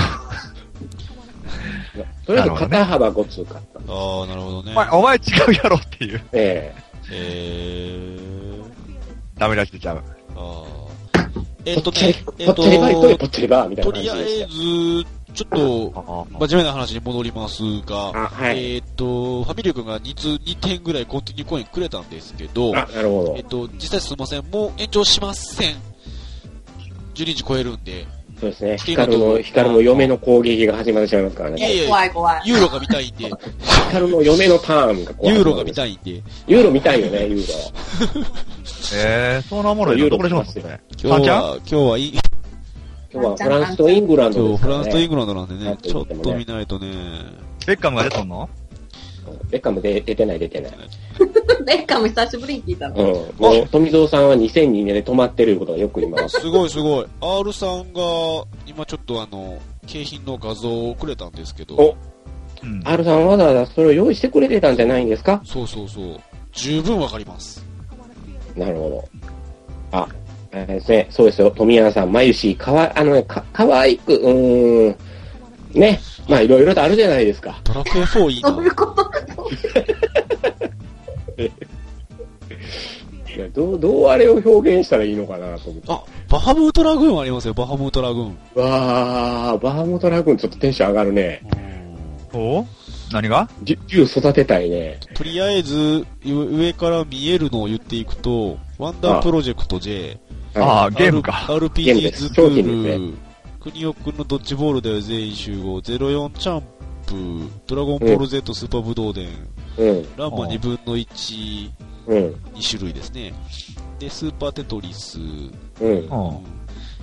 Speaker 5: とりあえず
Speaker 2: なるほどね
Speaker 5: 肩幅ごつかった。
Speaker 1: ああ、なるほどね
Speaker 2: お。前、お前違うやろっていう。
Speaker 5: え
Speaker 1: えー、
Speaker 2: ダメ出してちゃう。
Speaker 1: あー
Speaker 5: え
Speaker 1: えっと
Speaker 5: ぽっちゃ
Speaker 1: ね
Speaker 5: り、
Speaker 1: え
Speaker 5: ぽ
Speaker 1: っ
Speaker 5: っちゃりバイトでぽ
Speaker 1: と
Speaker 5: っ、ちゃりバーみたい
Speaker 1: と
Speaker 5: な感じ
Speaker 1: り
Speaker 5: で
Speaker 1: あ
Speaker 5: し
Speaker 1: えず、ちょっと、
Speaker 2: あ
Speaker 1: 真面目な話に戻りますが、
Speaker 5: た。あ、はい。
Speaker 1: えーっと、ファミリー君が2通、2点ぐらいコンティニューコインくれたんですけど、
Speaker 5: あ、なるほ
Speaker 1: えっと、実際すいません、もう延長しません。12時超えるんで、
Speaker 5: ど。そうですね。
Speaker 1: ってい
Speaker 5: ヒ
Speaker 1: うの
Speaker 5: カ
Speaker 1: と
Speaker 5: ルの、ヒカルの嫁の攻撃が始まってしまいますから
Speaker 1: いや
Speaker 5: ね。
Speaker 1: い
Speaker 3: あ。
Speaker 1: や、
Speaker 3: 怖い怖い。
Speaker 1: ユーロが見たいん で、
Speaker 5: ヒカルの嫁のターンが怖い。
Speaker 1: ユーロが見た
Speaker 5: い。
Speaker 1: いんで、
Speaker 5: ユーロ見たいよ ね、ユーロ。
Speaker 2: ええー、そんなもの
Speaker 5: ユ
Speaker 2: よ。
Speaker 5: ー
Speaker 2: ど
Speaker 5: ロ
Speaker 2: こでしょうね。
Speaker 1: 今
Speaker 2: あ
Speaker 1: 日
Speaker 2: ちゃ
Speaker 1: は、今日はい、
Speaker 5: 今日はフランスとイングランド
Speaker 1: 今
Speaker 5: で
Speaker 1: 日
Speaker 5: すか
Speaker 1: フ
Speaker 5: ら
Speaker 1: ランスとイ
Speaker 5: ね。
Speaker 1: ングランドなんで
Speaker 5: な
Speaker 1: ね
Speaker 5: ん、て
Speaker 1: ち
Speaker 5: 言
Speaker 1: ょっ
Speaker 5: っ
Speaker 1: て
Speaker 5: もね
Speaker 1: と見ないとね、
Speaker 2: ベッカムが出とんの
Speaker 5: ベッカムで出てない出てない。
Speaker 3: ベッカム久しぶりに聞いた
Speaker 5: う
Speaker 3: の。
Speaker 5: ん。もう、富蔵さんは2002年で止まってるいうことがよく言います。
Speaker 1: すごいすごい。R さんが、今ちょっとあの、景品の画像をくれたんですけど
Speaker 5: お、
Speaker 2: うん。
Speaker 5: R さんわざわざそれを用意してくれてたんじゃないんですか
Speaker 1: そうそうそう。十分わかります。
Speaker 5: なるほど。あ、えーですね、そうですよ。富山さん、まゆし、かわ、あのね、か、かわいく、うーん、ね、まあいろいろとあるじゃないですか。
Speaker 1: ドラクエ4いいな
Speaker 3: そうい。うこと
Speaker 5: いや、どう、どうあれを表現したらいいのかなと思っ て。
Speaker 1: あ、バハムートラグーンありますよ、バハムートラグーン。
Speaker 5: わあ、バーモトラグーンちょっとテンション上がるね。
Speaker 2: お何が
Speaker 5: じゅ銃育てたいね。
Speaker 1: とりあえず、う上から見えるのを言っていくと、ワンダープロジェクト J、
Speaker 2: ああ、ゲームか。
Speaker 1: R-
Speaker 5: ゲームで
Speaker 1: RPG
Speaker 5: す
Speaker 1: ズク
Speaker 5: 商品です
Speaker 1: ール、クニオくんのドッジボールでは全員集合、04チャンプ、ドラゴンボール Z スーパーブドウ伝、
Speaker 5: うん、
Speaker 1: ランマ2分の1、
Speaker 5: うん、
Speaker 1: 2種類ですね。で、スーパーテトリス、
Speaker 5: うん
Speaker 2: う。ん。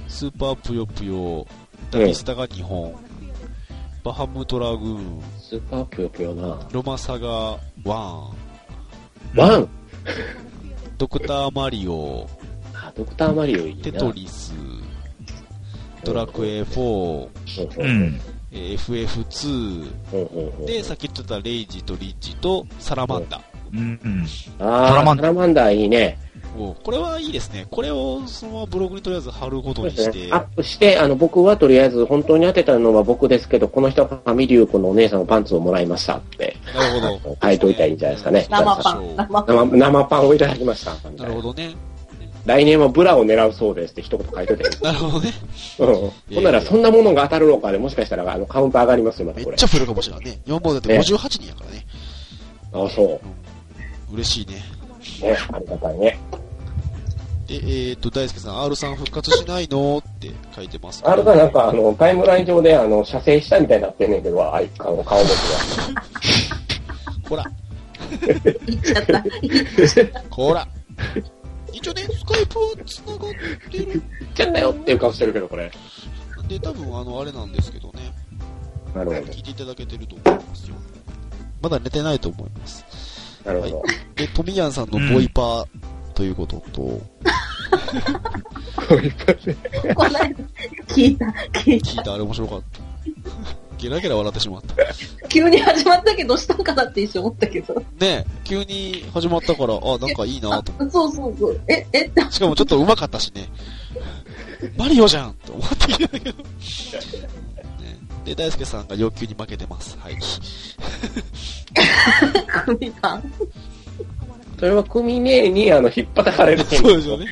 Speaker 1: スーパーぷよぷよ、ダビスタが2本、バハムトラグーン、
Speaker 5: スーパーピョピョな。
Speaker 1: ロマサガ1、
Speaker 5: ワン
Speaker 1: ドクターマリオ、
Speaker 5: あ、ドクターマリオいいな。
Speaker 1: テトリス、ドラクエ4、
Speaker 5: う。
Speaker 2: うんん。
Speaker 1: えー FF2、
Speaker 5: うんうんうん
Speaker 1: で、さっき言ってたレイジとリッチとサラマンダ。
Speaker 2: うん。うん
Speaker 5: あ
Speaker 2: サラマ
Speaker 5: ー
Speaker 2: ン
Speaker 5: サラマンダーいいね。
Speaker 1: おこれはいいですね。これをそのままブログにとりあえず貼ること
Speaker 5: そう
Speaker 1: に
Speaker 5: です
Speaker 1: し
Speaker 5: ね
Speaker 1: て。
Speaker 5: アップして、あの、僕はとりあえず本当に当てたのは僕ですけど、この人はファミリュー君のお姉さんのパンツをもらいましたって、
Speaker 1: なる ほど。
Speaker 5: 書いといたらいいんじゃないですかね。
Speaker 3: 生パン、
Speaker 1: な
Speaker 3: 生パン。
Speaker 5: 生生パンをいただきました。みたい
Speaker 1: るほどね。
Speaker 5: 来年はブラを狙うそうですって一言書いといたらいい。
Speaker 1: なるほどね。
Speaker 5: うん。ほんならそんなものが当たるのかで、もしかしたらあのカウンター上がりますよ、ま
Speaker 1: め
Speaker 5: たこ
Speaker 1: っ
Speaker 5: れ
Speaker 1: ち。ゃ増えるかもしれないね。4本だって58人やからね。
Speaker 5: あ、そ
Speaker 1: うん嬉しいね。
Speaker 5: う。ね、ありがたいね。
Speaker 1: で、えー、っと、大輔さん、R さん復活しないのって書いてますけど。
Speaker 5: あれがなんか、あの、タイムライン上で、あの、射精したみたいになってんねんけど、あいあの、顔文字
Speaker 1: ほら、
Speaker 3: 言っちゃった。
Speaker 1: ほら。一応ね、スカイプは繋がってる。
Speaker 5: が。いっちゃったよっていう顔してるけど、これ。
Speaker 1: で、多分、あの、あれなんですけどね。
Speaker 5: なるほ
Speaker 1: 聞いていただけてると思いますよ。まだ寝てないと思います。
Speaker 5: ど。なるほど。
Speaker 1: で、トミヤンさんのボイパーということと、
Speaker 5: こういう 感じで
Speaker 3: こんなに聞いた、聞い
Speaker 1: 聞い
Speaker 3: た。
Speaker 1: たあれ面白かった。 ゲラゲラ笑ってしまった。
Speaker 3: 急に始まったけど、したんかなって一瞬思ったけど。
Speaker 1: ねえ急に始まったから、あ、なんかいいな
Speaker 3: あ
Speaker 1: と。
Speaker 3: そうそうそう。え、えって。
Speaker 1: しかもちょっと上手かったしね。 マリオじゃんと思ってきたけど。ねで、大輔さんが要求に負けてます。 はい。
Speaker 3: 組パン。
Speaker 5: それは組ねえに、あの、引っ張られる
Speaker 1: そうですよ ね。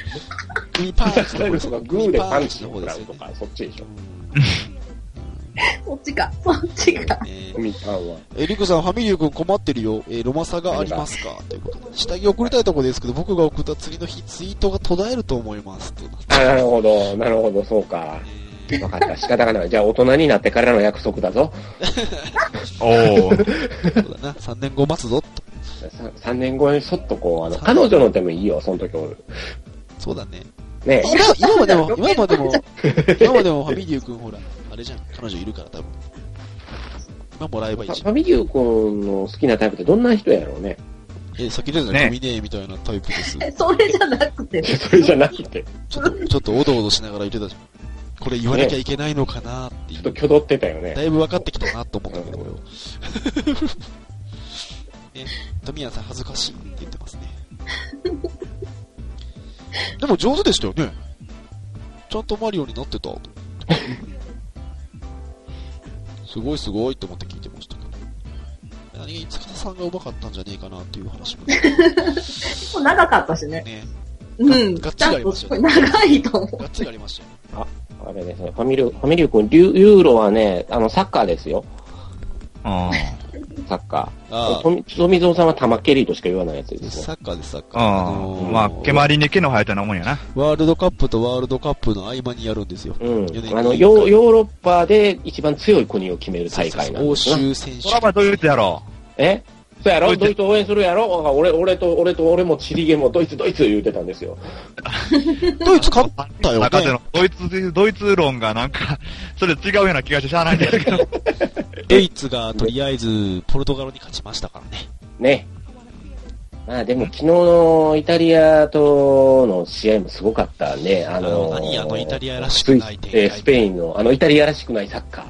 Speaker 1: グミパーンチ
Speaker 5: それ
Speaker 1: の
Speaker 5: こ
Speaker 1: 方です
Speaker 5: そグーでパンチ
Speaker 1: の
Speaker 5: を
Speaker 1: 方
Speaker 5: 食
Speaker 1: で
Speaker 5: ら
Speaker 1: す
Speaker 5: う
Speaker 1: よ
Speaker 5: と
Speaker 1: ね
Speaker 5: か、そっちでしょ。
Speaker 3: そっちか、そっちか。
Speaker 1: えー
Speaker 5: 海パンは。
Speaker 1: え、リクさん、ファミリュー君困ってるよ。えーロマサがありますかということで。下着送りたいとこですけど、僕が送った釣りの日、ツイートが途絶えると思います。となって
Speaker 5: あ、なるほど、なるほど、そうか。
Speaker 1: えー
Speaker 5: わかった、仕方がない。じゃあ、大人になってからの約束だぞ。
Speaker 2: おー。
Speaker 1: そう だな。3年後待つぞ、と。
Speaker 5: 3年後にそっとこう、あの、彼女のでもいいよ、その時俺。
Speaker 1: そうだね。
Speaker 5: ね
Speaker 1: 今、今までも、今までも、今までもファミリュー君ほら、あれじゃん。彼女いるから、多分。今もらえばいい
Speaker 5: フ
Speaker 1: じゃん。
Speaker 5: ァミリュー君の好きなタイプってどんな人やろうね。
Speaker 1: え、先での
Speaker 2: ね
Speaker 1: コミネーみたいなタイプです。
Speaker 3: えそれじゃなくて。
Speaker 5: それじゃなくて、
Speaker 1: ちょっと、ちょっとおどおどしながら言ってたじゃん。これ言わなきゃいけないのかなってい
Speaker 5: ちょ
Speaker 1: う
Speaker 5: っと。挙動ってたよ
Speaker 1: だ
Speaker 5: ね。
Speaker 1: いぶ分かってきたなと思ったけど、俺は。 ね、富谷さん恥ずかしいって言ってますね。 でも上手でしたよね。ちゃんとマリオになってた。 すごいすごいと思って聞いてましたけど。何が五方さんが上手かったんじゃねえかなっていう話もね。
Speaker 3: 結構長かったしね。うん。
Speaker 1: がっちりありましたよね
Speaker 3: 長いと思
Speaker 1: がっつりありましたよね。
Speaker 5: あれですね、ファミリュー、ファミリュー君、リュユーロはね、あの、サッカーですよ。
Speaker 2: あ
Speaker 5: サッカ
Speaker 1: あ
Speaker 5: ー。富富蔵さんは玉蹴りとしか言わないやつ
Speaker 1: あ、
Speaker 5: ですね。
Speaker 1: サッカーです、サッカー。
Speaker 2: あ
Speaker 1: のー
Speaker 2: ー。まあ、蹴りに毛の生えたようなもんやな。
Speaker 1: ワールドカップとワールドカップの合間にやるんですよ。
Speaker 5: うん。あの、ヨーヨーロッパで一番強い国を決める大会なん
Speaker 1: 欧
Speaker 5: ですな
Speaker 1: 州選手
Speaker 2: そらまあ、どういうことやろ
Speaker 5: えそうや
Speaker 2: ド
Speaker 5: ろ
Speaker 2: イツ
Speaker 5: ドイツ応援するやろあ俺、俺と、俺と、俺もチリゲもドイツ、ドイツ言うてたんですよ。
Speaker 1: ドイツ勝っ
Speaker 2: う。
Speaker 1: たよ
Speaker 2: 中で
Speaker 1: ね。
Speaker 2: のドイツ、ドイツ論がなんか、それ違うような気がしてしゃあないんですけど。
Speaker 1: ドイツがとりあえず、ポルトガルに勝ちましたからね。
Speaker 5: ね。まあでも昨日のイタリアとの試合もすごかったね。あの
Speaker 1: あの何あのイタリアらしくない展開
Speaker 5: スイえースペインの、あのイタリアらしくないサッカ
Speaker 1: ね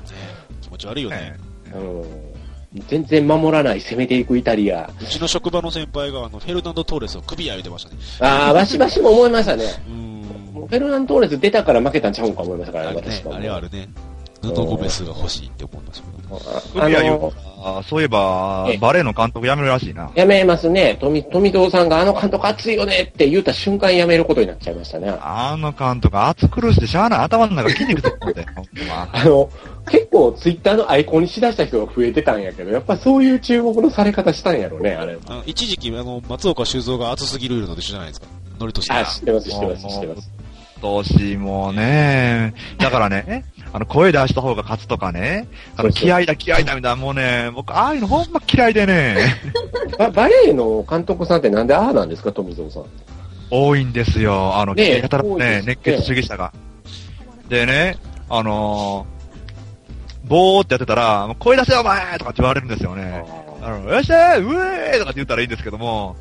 Speaker 1: 気持ち悪いよね。
Speaker 5: ー。うん、全然守らない、攻めていくイタリア。
Speaker 1: うちの職場の先輩が、あの、フェルナンド・トーレスを首やれてましたね。
Speaker 5: ああ、バシバシも思いましたね。
Speaker 1: うーん。
Speaker 5: フェルナントーレス出たから負けたんちゃうんか思いましたから
Speaker 1: あ
Speaker 5: ね、
Speaker 1: れね
Speaker 5: 私、も。
Speaker 1: あれはあるね。ヌドゴメスが欲しいって思いましたけど。
Speaker 5: あ
Speaker 2: 海は言う
Speaker 5: の、
Speaker 2: あそういえば
Speaker 5: ええ、
Speaker 2: バレーの監督辞めるらしいな。
Speaker 5: やめますね。富、富藤さんがあの監督熱いよねって言った瞬間やめることになっちゃいましたね。
Speaker 2: あの監督、暑苦しでしゃあない。頭の中筋肉つくもん で。ほんま
Speaker 5: あの、結構ツイッターのアイコンにしだした人が増えてたんやけど、やっぱそういう注目のされ方したんやろうね、あれ。
Speaker 1: あの一時期、あの、松岡修造が熱すぎるので一緒じゃないですか。ノリとして。
Speaker 5: あ、知ってます、知ってます、知ってます。
Speaker 2: 今年もね、だからね、あの、声出した方が勝つとかね、あの、
Speaker 5: そうそう
Speaker 2: 気合いだ、気合いだみたいな、もうね、僕、ああいうのほんま嫌いで ね、
Speaker 5: ババレエの監督さんってなんでああなんですか、富蔵さん。
Speaker 2: 多いんですよ、あの、
Speaker 5: ねえ
Speaker 2: やたら
Speaker 5: 多いで
Speaker 2: ね
Speaker 5: す、
Speaker 2: 熱血主義者が。でね、あのー、ぼーってやってたら、もう声出せよ、お前とかって言われるんですよね。あの、よっしゃーうえーとかって言ったらいいんですけども、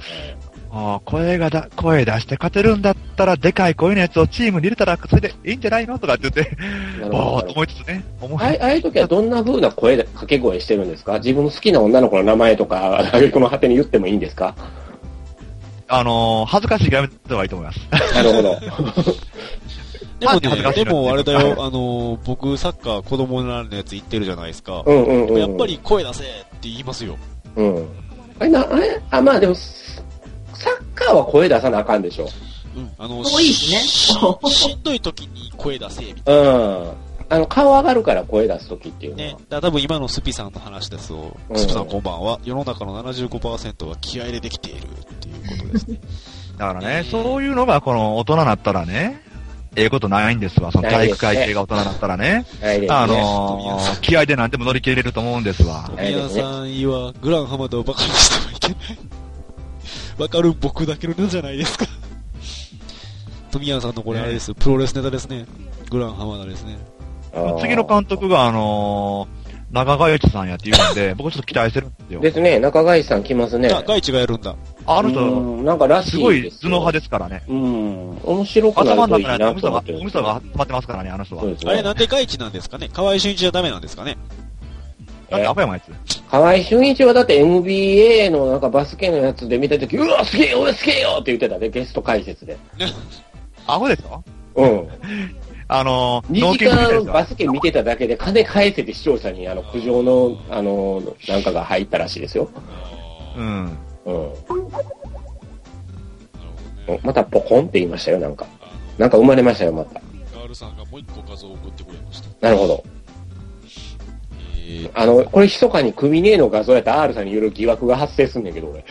Speaker 2: あー声がだ、声出して勝てるんだったら、でかい声のやつをチームに入れたら、それでいいんじゃないのとかって言って、
Speaker 5: なる
Speaker 2: お
Speaker 5: ほ
Speaker 2: ーと
Speaker 5: ど。
Speaker 2: 思いつつね、思い
Speaker 5: ああああいう時はどんな風な声で、掛け声してるんですか自分の好きな女の子の名前とか、あげこの果てに言ってもいいんですか
Speaker 2: あのー、恥ずかしいがやめた方がいいと思います。
Speaker 5: なるほど。
Speaker 1: でも
Speaker 2: 恥ずかし
Speaker 1: ね、
Speaker 2: い
Speaker 1: でもあれだよ、あの、僕、サッカー子供なるのやつ行ってるじゃないですか。
Speaker 5: うんうんうん。
Speaker 1: やっぱ。り声出せって言いますよ。
Speaker 5: うん。あれな、あれあ、まあでも、サッカーは声出さなあかんでしょ。
Speaker 1: うん。あの、
Speaker 3: 多いですね
Speaker 1: ししんどい時に声出せ、みたい
Speaker 5: うん。あの、顔上がるから声出す時っていう
Speaker 1: な。
Speaker 5: の
Speaker 1: ねだ
Speaker 5: は。。
Speaker 1: から多分今のスピさんの話ですを、
Speaker 5: うん
Speaker 1: スピさんこんばんは。世の中の75%は気合でできているっていうことですね。
Speaker 2: だからね、そういうのが、この、大人になったらね、ええことないんですわ。その体育会系が大人になったらね、
Speaker 5: ないですね。
Speaker 2: あのー、気合で何でも乗り切れると思うんですわ。
Speaker 1: 富谷さんはグランハマドをバカにしてはいけない。わかる僕だけのじゃない ですか。富谷さんのこれあれですよ、プロレスネタですね。グランハマダですね。
Speaker 5: あー
Speaker 2: 次の監督が、あのー、中川由紀さんやって言うんで、僕ちょっと期待してるんですよ
Speaker 5: で。すね、中貝さん来ますね。
Speaker 1: あ、ガイチがやるんだ。
Speaker 2: あの
Speaker 5: う
Speaker 2: 人、
Speaker 5: んなんからしい
Speaker 2: すごい
Speaker 5: です
Speaker 2: 頭
Speaker 5: よ
Speaker 2: 脳派ですからね。
Speaker 5: うん。面白く
Speaker 2: 頭
Speaker 5: なる
Speaker 2: の
Speaker 5: といい
Speaker 2: 中に
Speaker 5: な
Speaker 2: おみ
Speaker 5: と
Speaker 2: そ
Speaker 5: 思
Speaker 2: が、
Speaker 5: ってる
Speaker 2: おみそが集まってますからね、あの人は
Speaker 5: そう。です
Speaker 1: あれ
Speaker 5: ね
Speaker 1: な。んでガイチなんですかね河合俊一じゃダメなんですかね
Speaker 2: だって、青山やつ。
Speaker 5: 河合俊一はだって NBA のなんかバスケのやつで見たとき、うわ、すげえよ、俺すげえよって言ってたね、ゲスト解説で。
Speaker 2: アホでしょ
Speaker 5: うん。
Speaker 2: あのー、
Speaker 5: 2時
Speaker 2: みたい
Speaker 5: 間
Speaker 2: な
Speaker 5: バ
Speaker 2: や
Speaker 5: スケ見てただけで、金返せって視聴者に、あの、苦情の、あの、なんかが入ったらしいですよ。
Speaker 2: つうん。
Speaker 5: うん。
Speaker 1: なるほど
Speaker 5: う
Speaker 1: ね
Speaker 5: ん。またポコンって言いましたよ、なんか。
Speaker 1: あ
Speaker 5: なんか生まれましたよ、また。
Speaker 1: のガールさんがもう一個画像を送ってくれました。
Speaker 5: なるほど。
Speaker 1: えー
Speaker 5: あの、これ密かに組ねえの画像やったら R さんにいろいろ疑惑が発生すんねんけど、俺。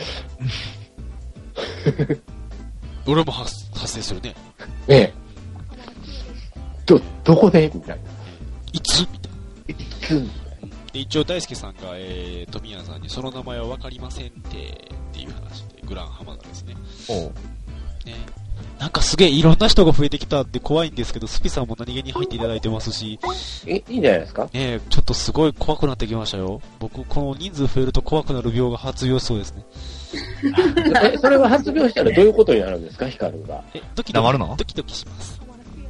Speaker 1: 俺も発発生するね。
Speaker 5: ねえ。ど、どこでみたいな。
Speaker 1: いつみたいな。
Speaker 5: いつ
Speaker 1: で、一応大輔さんが、えー、富谷さんにその名前はわかりませんって、っていう話で、グランハマダですね。
Speaker 2: おう
Speaker 1: ね。なんかすげえいろんな人が増えてきたって怖いんですけど、スピさんも何気に入っていただいてますし、
Speaker 5: え、いいんじゃないですか
Speaker 1: ねえちょっとすごい怖くなってきましたよ。僕、この人数増えると怖くなる病が発病しそうですね。
Speaker 5: え、それは発病したらどういうことになるんですか、ヒカルが。
Speaker 1: え、ドキド
Speaker 2: 黙る
Speaker 1: キ、
Speaker 2: の
Speaker 1: ドキドキします。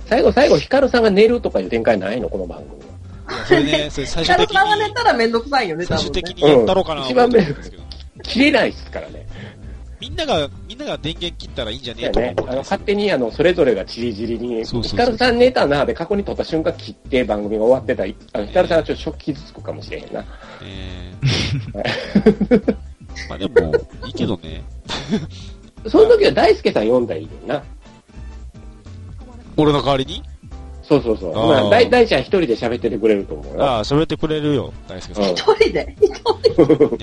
Speaker 5: 最後、最後、ヒカルさんが寝るとかいう展開ないのこの番組は。
Speaker 1: いやそれね、それ最
Speaker 3: ヒカ
Speaker 1: 終
Speaker 3: ル
Speaker 1: 的
Speaker 3: さんが寝
Speaker 1: に、
Speaker 3: たらめんどくさいよね、多
Speaker 1: 最終
Speaker 3: 分、ね
Speaker 1: 的。にやったろうかな、
Speaker 5: うん一番目
Speaker 1: 思ってるんですけど。
Speaker 5: 切れないですからね。
Speaker 1: みんなが、みんなが電源切ったらいいんじゃねえ
Speaker 5: だ
Speaker 1: と
Speaker 5: よね
Speaker 1: 思う。ん
Speaker 5: あの、
Speaker 1: ですよ
Speaker 5: 勝手に、あの、それぞれがチリジリに、
Speaker 1: そうそうそう
Speaker 5: ヒカルさん寝たなで過去に撮った瞬間切って番組が終わってたら、あの、ヒカルさんはちょっとショック傷つくかもしれへんな。
Speaker 1: えーまあでも、いいけどね。
Speaker 5: その時は大輔さん読んだらいいねんな。
Speaker 1: 俺の代わりに
Speaker 5: そうそうそう。
Speaker 1: あー
Speaker 5: まあ、大、大ちゃん一人で喋っててくれると思うよ。
Speaker 1: ああ、喋ってくれるよ、大輔さん。
Speaker 5: うん
Speaker 1: ね
Speaker 3: 一人で。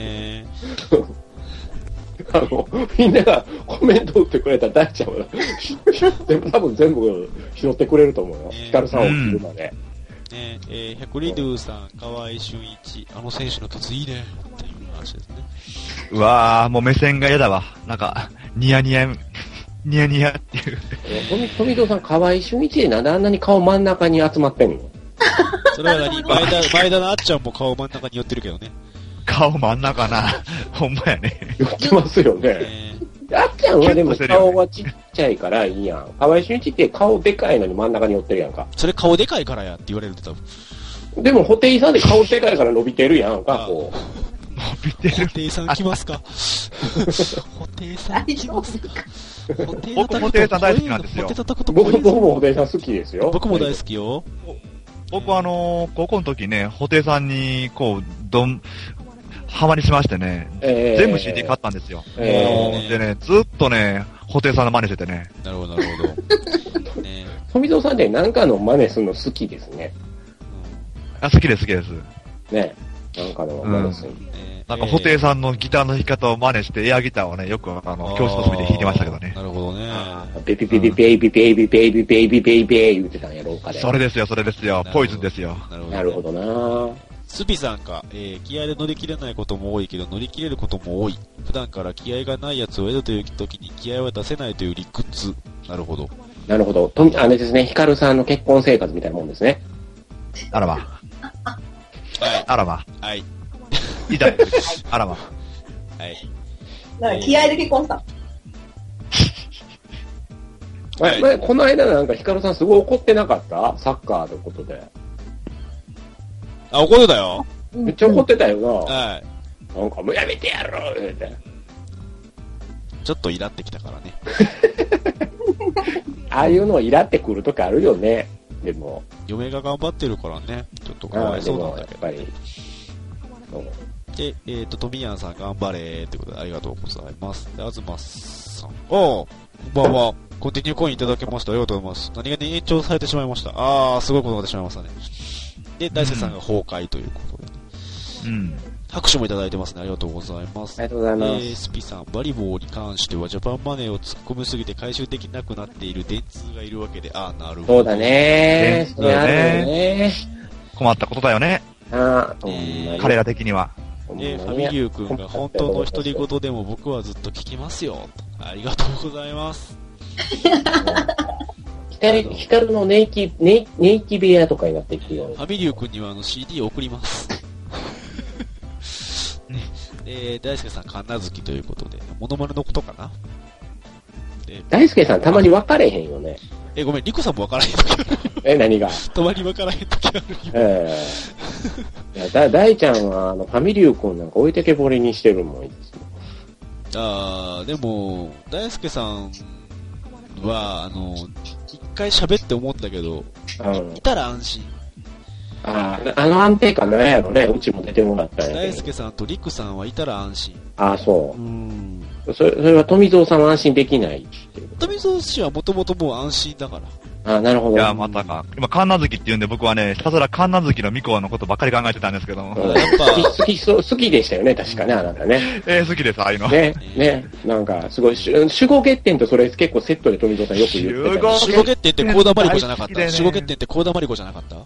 Speaker 1: え
Speaker 5: あの、みんながコメント打ってくれたら大ちゃんは、 でも多分全部拾ってくれると思うよ。ヒカルさんを聞るまで。
Speaker 1: ねえ、えー、百里龍さん、河合俊一、あの選手の突いいね、っていう話ですね。
Speaker 2: うわー、もう目線が嫌だわ。なんか、ニヤニヤ、ニヤニヤっていう。
Speaker 5: 富富蔵さん、河合俊一でなんであんなに顔真ん中に集まってんの
Speaker 1: それは何 前田、前田のあっちゃんも顔真ん中に寄ってるけど ね。
Speaker 2: 顔真ん中な。 ほんまやね。
Speaker 5: 言ってますよね。
Speaker 1: え
Speaker 5: あっちゃんはでも顔はちっちゃいからいいやん。河合俊一って顔でかいのに真ん中に寄ってるやんか。
Speaker 1: ーそれ顔でかいからやって言われるって多分。
Speaker 5: でも、ホテイさんで顔でかいから伸びてるやんか、こう。
Speaker 2: 伸びて
Speaker 1: 布。
Speaker 2: る
Speaker 1: 袋さん来ます か布袋さん来
Speaker 3: 大丈
Speaker 1: ます
Speaker 3: 夫か
Speaker 1: 布袋叩くと
Speaker 2: 僕布袋さん大好きなん
Speaker 1: 布
Speaker 2: ですよ
Speaker 1: 袋叩くと
Speaker 5: 僕
Speaker 1: 怖い
Speaker 5: 僕
Speaker 1: ぞ
Speaker 5: もホテイさん好きですよ。
Speaker 1: 僕も大好きよ。
Speaker 2: 僕あのー高校の時ね、布袋さんに、こう、どん、ハマりしましてね、
Speaker 5: えー
Speaker 2: 全部 CD 買ったんですよ。
Speaker 5: え
Speaker 1: ー
Speaker 2: でね、ずっとね、布袋さんの真似しててね、
Speaker 1: なるほど、なるほど。 ね
Speaker 5: ー富蔵さんってなんかの真似するの好きですね。
Speaker 2: あ好きです、好きです。
Speaker 5: ね。なんかの真似するの。
Speaker 1: えね
Speaker 2: なんか、布袋さんのギターの弾き方を真似して、エアギターをね、よく、あの、教室の隅で弾いてましたけど
Speaker 1: あー
Speaker 2: ね。
Speaker 1: なるほどね。
Speaker 5: ベビベビベビベビベビベビベビベビ言ってたんやろうかで。
Speaker 2: それですよ、それですよ。ポイズンですよ。
Speaker 1: なるほど。
Speaker 5: なるほどなぁ。
Speaker 1: スピさんが、えー気合で乗り切れないことも多いけど、乗り切れることも多い。普段から気合がないやつを得るという時に気合は出せないという理屈。なるほど。
Speaker 5: なるほど。とあれですね、ヒカルさんの結婚生活みたいなもんですね。
Speaker 2: あらま、
Speaker 1: はい、
Speaker 2: あらま、
Speaker 1: はい、
Speaker 2: いたいあらま。
Speaker 1: はい。
Speaker 3: なんか気合で結婚した。
Speaker 1: はい
Speaker 5: え前この間なんかヒカルさんすごい怒ってなかったサッカーのことで。
Speaker 1: あ、怒るだよ。
Speaker 5: めっちゃ怒ってたよな。
Speaker 1: は
Speaker 5: なんかもうやめてやろうって。
Speaker 1: い。ちょっとイラってきたからね。
Speaker 5: ああいうのイラってくるときあるよね。でも、
Speaker 1: 嫁が頑張ってるからね。ちょっとか
Speaker 5: あ
Speaker 1: わ
Speaker 5: あ
Speaker 1: い
Speaker 5: で
Speaker 1: そうなん
Speaker 5: も
Speaker 1: だ
Speaker 5: や
Speaker 1: け
Speaker 5: っ
Speaker 1: ど。
Speaker 5: ぱり。そう
Speaker 1: で、えっ、と、トミヤンさん頑張れということでありがとうございます。で、あずまさん。おうこんばんは。コンティニューコインいただきました。ありがとうございます。何が延長されてしまいました。あー、すごいことになってしまいましたね。で、大輔さんが崩壊ということで。
Speaker 2: うん。
Speaker 1: 拍手もいただいてますね。ありがとうございます。
Speaker 5: ありがとうございま
Speaker 1: えー
Speaker 5: す。
Speaker 1: スピさん、バリボーに関しては、ジャパンマネーを突っ込みすぎて回収できなくなっている電通がいるわけで、あー、なるほど。
Speaker 5: そうだ。ね
Speaker 2: ね
Speaker 5: それあるよね。
Speaker 2: 困ったことだよね、
Speaker 5: ああ、
Speaker 1: ね
Speaker 2: 彼ら的には。
Speaker 1: えーファミリュー君が本当の独り言でも僕はずっと聞きますよ。とありがとうございます。
Speaker 5: 光、光のネイキ、ネイ、ネイキ部屋とかになっていくよ
Speaker 1: フ。ァミリュー君にはあの CD を送ります。 えー、大輔さん、神奈月ということで、モノマネのことかな
Speaker 5: 大輔さんたまに分かれへんよね。
Speaker 1: え、ごめん、リコさんもわからへん時ある。
Speaker 5: え、何が
Speaker 1: たまに わからへん時あるよ。
Speaker 5: ええいやだ、大ちゃんは、あの、ファミリュー君なんか置いてけぼりにしてるもん。いつも
Speaker 1: あー、でも、大輔さんは、あの、一回喋って思ったけど、
Speaker 5: うん
Speaker 1: い。たら安心。
Speaker 5: ああ、あの安定感なんやろね。うちも出てもらったんや
Speaker 1: 大
Speaker 5: けど。
Speaker 1: 輔さんとリクさんはいたら安心。
Speaker 5: ああ、そう
Speaker 1: ーん。
Speaker 5: う。それ、それは富蔵さんは安心できないっていう。
Speaker 1: 富蔵氏はもともともう安心だから。
Speaker 5: ああ、なる
Speaker 2: い
Speaker 5: ほど。
Speaker 2: や、またか。今、神奈月って言うんで、僕はね、ひたすら神奈月の巫女のことばっかり考えてたんですけど
Speaker 5: う
Speaker 2: も
Speaker 5: ん。
Speaker 1: やっぱ
Speaker 5: 好き、好きそう、好きでしたよね。確かね、あなたね。
Speaker 2: えー、好きです、ああいうの。
Speaker 5: ね、ね。なんか、すごい、主主語欠点とそれ結構セットで富蔵さんよく言って
Speaker 2: 主
Speaker 5: た
Speaker 2: 語
Speaker 5: よ。
Speaker 1: 守護欠点ってコーダマリコじゃなかっ
Speaker 2: 大好きだ
Speaker 1: た
Speaker 2: よね
Speaker 1: 守護欠点ってコーダマリコじゃなかった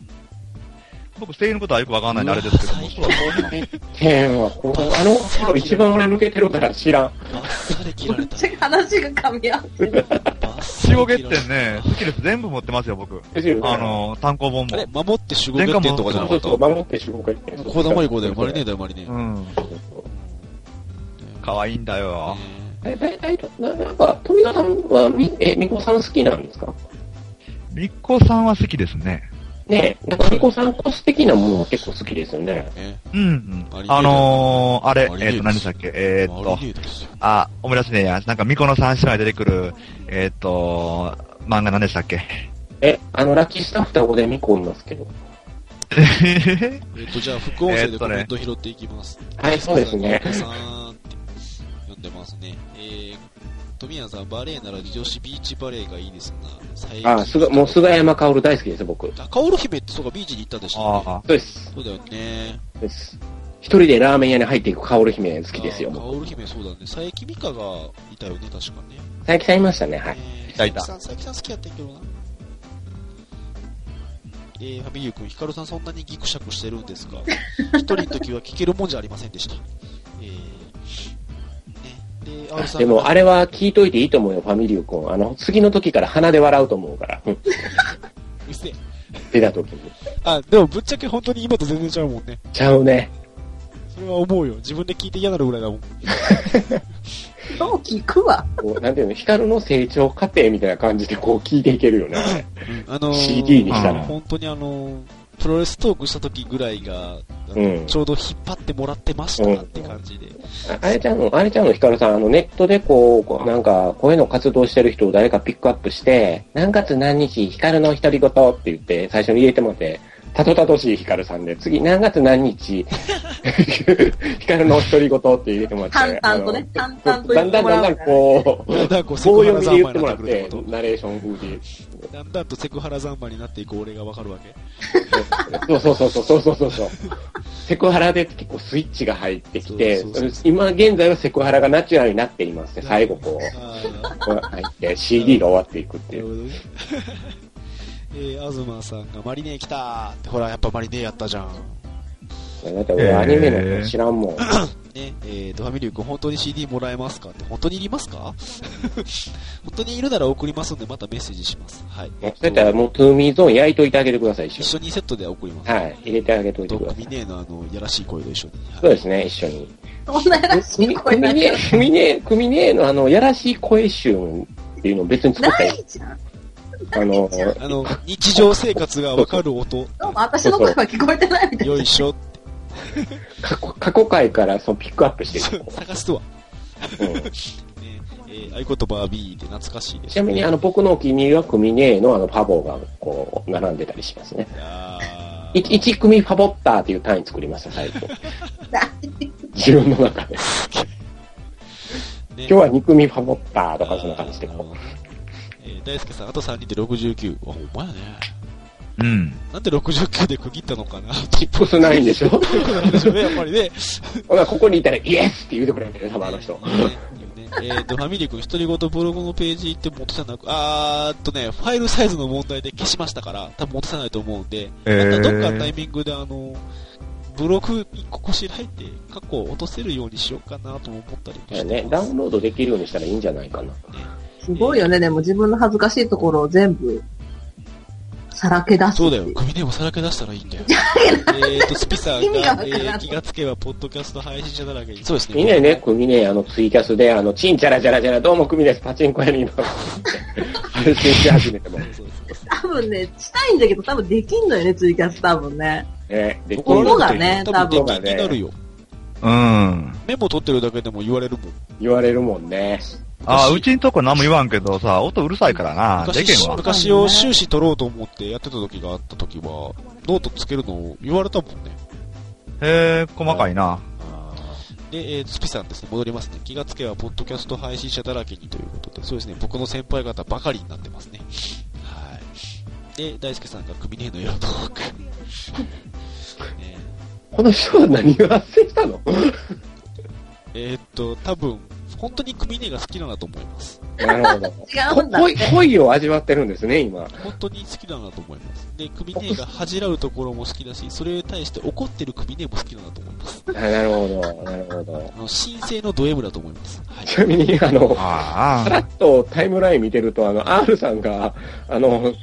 Speaker 2: 僕、声優のことはよくわかんないんで、あれですけども。
Speaker 1: うわ最高
Speaker 5: 天は、こうあの頃一番俺抜けてるから知らん。
Speaker 1: バッサリ切られた。
Speaker 3: めっちゃ話が噛み合ってる。
Speaker 1: バッサリ
Speaker 2: 守護
Speaker 1: 切
Speaker 2: 月
Speaker 1: られた
Speaker 2: 点ね、好きです。全部持ってますよ、僕。
Speaker 5: ですよね
Speaker 2: あ、のー、単行本
Speaker 1: あれ
Speaker 2: も。
Speaker 1: 守って守護欠点とかじゃ
Speaker 5: そ
Speaker 1: な
Speaker 5: う
Speaker 1: か
Speaker 5: そう
Speaker 1: った
Speaker 5: そう、守って主語欠点。
Speaker 1: コーダマリコだよ、マリネーだよ、マリネー。
Speaker 2: うん。可愛いんだよ。
Speaker 5: え、だいたい、ななんか、富田さんは、み、え、みこさん好きなんですか
Speaker 2: みっこさんは好きですね。
Speaker 5: ねえ、なんかみこさんコス的なものは結構好きですよね。
Speaker 1: えーね
Speaker 2: うん、
Speaker 1: あ
Speaker 2: う
Speaker 1: り
Speaker 2: ん。あのー、あれ、
Speaker 1: あり
Speaker 2: えっと、何でしたっけえーっ
Speaker 1: マ
Speaker 2: と
Speaker 1: リ、ネーですよ
Speaker 2: あ、思い出すねえや。なんか、みこの三姉妹出てくる、えーっと、漫画何でした っけ
Speaker 5: え、あの、ラッキースタッフ双子でみこいますけど。
Speaker 1: えっと、じゃあ、副音声
Speaker 2: えー
Speaker 1: で
Speaker 2: っ
Speaker 1: コ
Speaker 2: と
Speaker 1: メ
Speaker 2: ね
Speaker 1: ント拾っていきます。
Speaker 5: はい、そうですね。
Speaker 1: さんって読んでますね。えー、富谷さん、バレエなら女子ビーチバレエがいいですな。最
Speaker 5: あ、すが、もう菅山薫大好きです、僕。そ
Speaker 1: 中尾姫ってそうかビーチに行ったんでした
Speaker 2: あ
Speaker 1: っけ
Speaker 2: あ、
Speaker 5: うです。
Speaker 1: そうだよね。
Speaker 5: です。一人でラーメン屋に入っていく薫姫好きですよ。
Speaker 1: カ
Speaker 5: 僕
Speaker 1: オル姫そうだね。佐伯美香がいたよね、確かね。
Speaker 5: 佐伯さんいましたね、はい。
Speaker 1: えー
Speaker 2: いたいた
Speaker 1: 佐伯さん、佐伯さん好きやったんやけどな。えー、ファミリー君、ヒカルさんそんなにギクシャクしてるんですか一人の時は聞けるもんじゃありませんでした。えー、ね、で、R さん
Speaker 5: でも、あれは聞いといていいと思うよ、ファミリュー君。あの、次の時から鼻で笑うと思うから。うん
Speaker 1: うっせえ
Speaker 5: 出た時に。
Speaker 1: あ、でもぶっちゃけ本当に今と全然ちゃうもんね。
Speaker 5: ちゃうね。
Speaker 1: それは思うよ。自分で聞いて嫌なるぐらいだもん。
Speaker 3: そう聞くわ。
Speaker 5: こう、なんていうの、光の成長過程みたいな感じでこう聞いていけるよね。
Speaker 1: あのー
Speaker 5: CD にしたら。
Speaker 1: 本当にあのープロレストークした時ぐらいが、あの
Speaker 5: うん
Speaker 1: ちょうど引っ張ってもらってましたって感じで。
Speaker 5: ああれちゃんの、あれちゃんのヒカルさん、あの、ネットでこうこう、なんか、声の活動してる人を誰かピックアップして、何月何日、ヒカルの独り言って言って、最初に入れてもらって、たどたどしいヒカルさんで、次、何月何日、ヒカルの独り言って入れてもらって。
Speaker 3: 淡々とね、淡々
Speaker 5: あの
Speaker 3: と言
Speaker 5: だ
Speaker 3: っ
Speaker 5: ん
Speaker 3: て
Speaker 5: だん
Speaker 3: も
Speaker 5: だ
Speaker 3: ら
Speaker 5: んだ。
Speaker 3: うん
Speaker 5: こう、
Speaker 1: だんだんこうセ
Speaker 5: 棒
Speaker 1: クハ
Speaker 5: 読
Speaker 1: ラ
Speaker 5: み
Speaker 1: 三
Speaker 5: で言っ
Speaker 1: 昧になっ
Speaker 5: てもらっ
Speaker 1: くるっ
Speaker 5: て
Speaker 1: ててこ、
Speaker 5: ナレーション風で。
Speaker 1: と。だんだんとセクハラ三昧になっていく俺がわかるわけ。
Speaker 5: そうそうそうそうそうそうそうそう。セクハラで結構スイッチが入ってきて
Speaker 1: そうそう、
Speaker 5: 今現在のセクハラがナチュラルになっていますね。最後こう、
Speaker 1: あー
Speaker 5: こう入って CD が終わっていくって
Speaker 1: ないるほ
Speaker 5: う。
Speaker 1: どね。 えー、東さんがマリネー来たーって、ほら、やっぱマリネーやったじゃん。
Speaker 5: だって俺アニメのこと知らんもん。
Speaker 1: ね、えーと、ファミリュー君本当に CD もらえますかって、本当にいりますか 本当にいるなら送りますんで、またメッセージします。はい。
Speaker 5: そうやったらもうトゥーミーゾーン焼いといてあげてください、一
Speaker 1: 一緒
Speaker 5: 緒
Speaker 1: にセットで送ります。
Speaker 5: に。はい、入れてあげとい
Speaker 1: ド
Speaker 5: てく
Speaker 1: ッ
Speaker 5: だ
Speaker 1: グ
Speaker 5: さ
Speaker 1: ミ
Speaker 5: い。
Speaker 1: ネーのあの、やらしい声と一緒に。はい
Speaker 5: そうですね、一緒に。
Speaker 3: そんなやらしい声
Speaker 5: ク
Speaker 3: なん
Speaker 5: ミ
Speaker 3: て
Speaker 5: ネ、クミネ、クミネのあの、やらしい声集っていうのを別に作った
Speaker 3: な
Speaker 5: り
Speaker 3: いじゃん。
Speaker 5: あの、
Speaker 1: あの、日常生活がわかる音。
Speaker 3: どうも私の声は聞こえてないみたい
Speaker 1: よいしょ。
Speaker 5: 過去、過去回からそのピックアップしてる。
Speaker 1: 探すとは。
Speaker 5: うん
Speaker 1: ね、えー合言葉は B で懐かしいです。
Speaker 5: ちなみに、あの、僕のお気に入りは組ねのあの、パボが、こう、並んでたりしますね。
Speaker 1: あー
Speaker 5: い一組ファボッターっていう単位作りました、最後。
Speaker 3: な。
Speaker 5: 自分の 中で。
Speaker 1: ね
Speaker 5: 今日は二組ファボッターとか、そんな感じで、
Speaker 1: あー
Speaker 5: こ
Speaker 1: えー大輔さん、あと3人で69。あ、ほんまやね。
Speaker 2: うん。
Speaker 1: なんで69で区切ったのかなって
Speaker 5: う。少ないんでしょ
Speaker 1: ことなんでしょうね、やっぱりね。
Speaker 5: ほら、ここにいたら、イエスって言うてくれるね、多分あの人。
Speaker 1: いいねえっ、と、ファミリー君、独り言ブログのページ行って元じゃなく、あーっとね、ファイルサイズの問題で消しましたから、多分戻さないと思うんで、
Speaker 2: えー
Speaker 1: なんかどっかのタイミングであの、ブログ一個こしらえて、過去を落とせるようにしようかなとも思ったりも
Speaker 5: だよ
Speaker 1: して
Speaker 5: ね、
Speaker 1: ま
Speaker 5: ダ
Speaker 1: す。
Speaker 5: ウンロードできるようにしたらいいんじゃないかな。
Speaker 3: すごいよね、でも自分の恥ずかしいところを全部、さらけ出すってい
Speaker 1: そうだよ。組ネームさらけ出したらいいんだよ。えっと、スピさん
Speaker 3: 意味が
Speaker 1: が、
Speaker 3: わか
Speaker 1: え
Speaker 3: らん
Speaker 1: ー気がつけば、ポッドキャスト配信者だらけに。そうですね。
Speaker 5: みんなね、組ね、あの、ツイキャスで、あの、チンチャラチャラチャラ、どうも組です、パチンコ屋にい ますって、配信し始めても
Speaker 1: そう。そうそう
Speaker 3: 多分ね、したいんだけど多分できんのよね、ツイキャス多分ね。
Speaker 5: ね、で、
Speaker 1: 怒られる
Speaker 3: 心
Speaker 1: と
Speaker 3: がね
Speaker 1: 多分
Speaker 5: 多分
Speaker 1: 出禁になるよ。
Speaker 2: うん。
Speaker 1: メモ取ってるだけでも言われるもん。
Speaker 5: 言われるもんね。
Speaker 2: あー、うちんとこ何も言わんけどさ、音うるさいからな。でけ
Speaker 1: 昔
Speaker 2: ん、わ。
Speaker 1: 昔を終始取ろうと思ってやってた時があった時は、ノートつけるのを言われたもんね。
Speaker 2: へえ、細かいな。
Speaker 1: で、えー、スピさんですね、戻りますね。気がつけば、ポッドキャスト配信者だらけにということで、そうですね、僕の先輩方ばかりになってますね。はい。で、大輔さんが、組ねえのよ、トーク。ね
Speaker 5: この人は何が発生し たの
Speaker 1: えーっと、多分、本当に組ねえが好きなんだと思います。
Speaker 5: なるほど。
Speaker 3: 違
Speaker 5: こ
Speaker 3: うんだ。
Speaker 5: 恋、恋を味わってるんですね、今。
Speaker 1: 本当に好きなんだと思います。で、組ねえが恥じらうところも好きだし、それに対して怒ってる組ねえも好きなんだと思います。
Speaker 5: あなるほど、なるほど。
Speaker 1: あの、新生のド M だと思います。はい。
Speaker 5: ちなみに、あの、
Speaker 2: あ
Speaker 5: さら
Speaker 2: あ。
Speaker 5: っとタイムライン見てると、あの、R さんが、あの、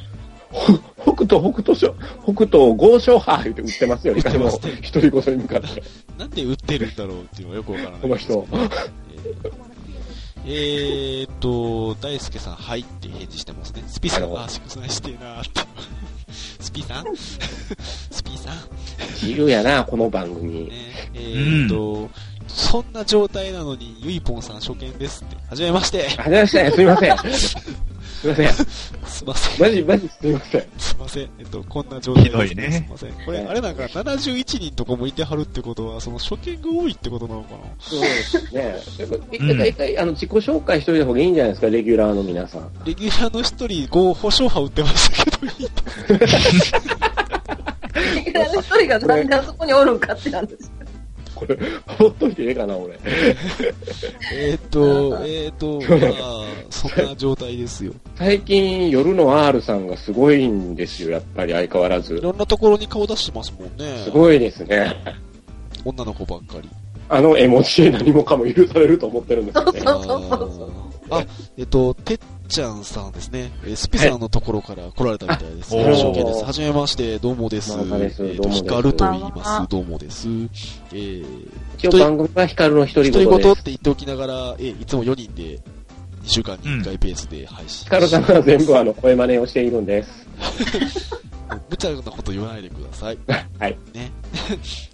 Speaker 5: ほ北斗、北斗省、北斗豪商派言って売ってますよ、
Speaker 1: 売
Speaker 5: ね
Speaker 1: っ、て
Speaker 5: あの
Speaker 1: ますね
Speaker 5: 一人ごとに向かって、
Speaker 1: なんで売ってるんだろうっていうのはよくわからない。
Speaker 5: この人。
Speaker 1: えー、えーっと、大輔さん、はいって返事してますね。スピさ
Speaker 5: なんるほど
Speaker 1: が、あ、しくないしてえなーって。 スピさん スピさん
Speaker 5: 自由やな、この番組。
Speaker 1: ねえー、っと、そんな状態なのに、ゆいぽんさん初見ですって。はじめまして。
Speaker 5: はじめまして、すみません。すみません。
Speaker 1: すいません。
Speaker 5: マジ、マジすみません。
Speaker 1: すいません。えっと、こんな状態です。
Speaker 2: ひどいね
Speaker 1: すいません。これ、あれなんか、71人とかもいてはるってことは、その初見が多いってことなのかな
Speaker 5: そうですね。やっぱ一回、一回、あの、自己紹介しといた方がいいんじゃないですか、レギュラーの皆さん。
Speaker 1: レギュラーの一人、5保証派売ってましたけど、いい
Speaker 3: いや一人がなんであそこにおるんかって話。
Speaker 5: これ、ほっといてええかな、俺。
Speaker 1: えーっ と、えーっと、まあ、そんな状態ですよ。
Speaker 5: 最近、夜の R さんがすごいんですよ、やっぱり相変わら
Speaker 1: い
Speaker 5: ず。
Speaker 1: ろんなところに顔出してますもんね。
Speaker 5: すごいですね。
Speaker 1: 女の子ばっかり。
Speaker 5: あの絵文字で何もかも許されると思ってるんです
Speaker 3: そ
Speaker 5: よ
Speaker 3: う
Speaker 5: ね。
Speaker 3: そうそうそう。
Speaker 1: あーあ、えっと、てっちゃんさんですね。えースピさんのところから来られたみたいです。
Speaker 2: あ
Speaker 1: よろしくです。
Speaker 5: おー
Speaker 1: はじめまして、どうもです。
Speaker 5: どうもです
Speaker 1: えー
Speaker 5: ど
Speaker 1: と、
Speaker 5: うもです
Speaker 1: ヒカルと言い
Speaker 3: こんばん
Speaker 1: ま
Speaker 3: は
Speaker 1: す。どうもです。えー、
Speaker 5: 一応番組はヒカルの独り
Speaker 1: 独り
Speaker 5: 言
Speaker 1: 言
Speaker 5: で
Speaker 1: っ
Speaker 5: す
Speaker 1: て。言っておきながら、えーいつも4人で、2週間に1回ペースで配信。
Speaker 5: ヒカルさんは全部あの、声真似をしているんです。
Speaker 1: 無茶なこと言わないでください。
Speaker 5: はい。
Speaker 1: ね。えー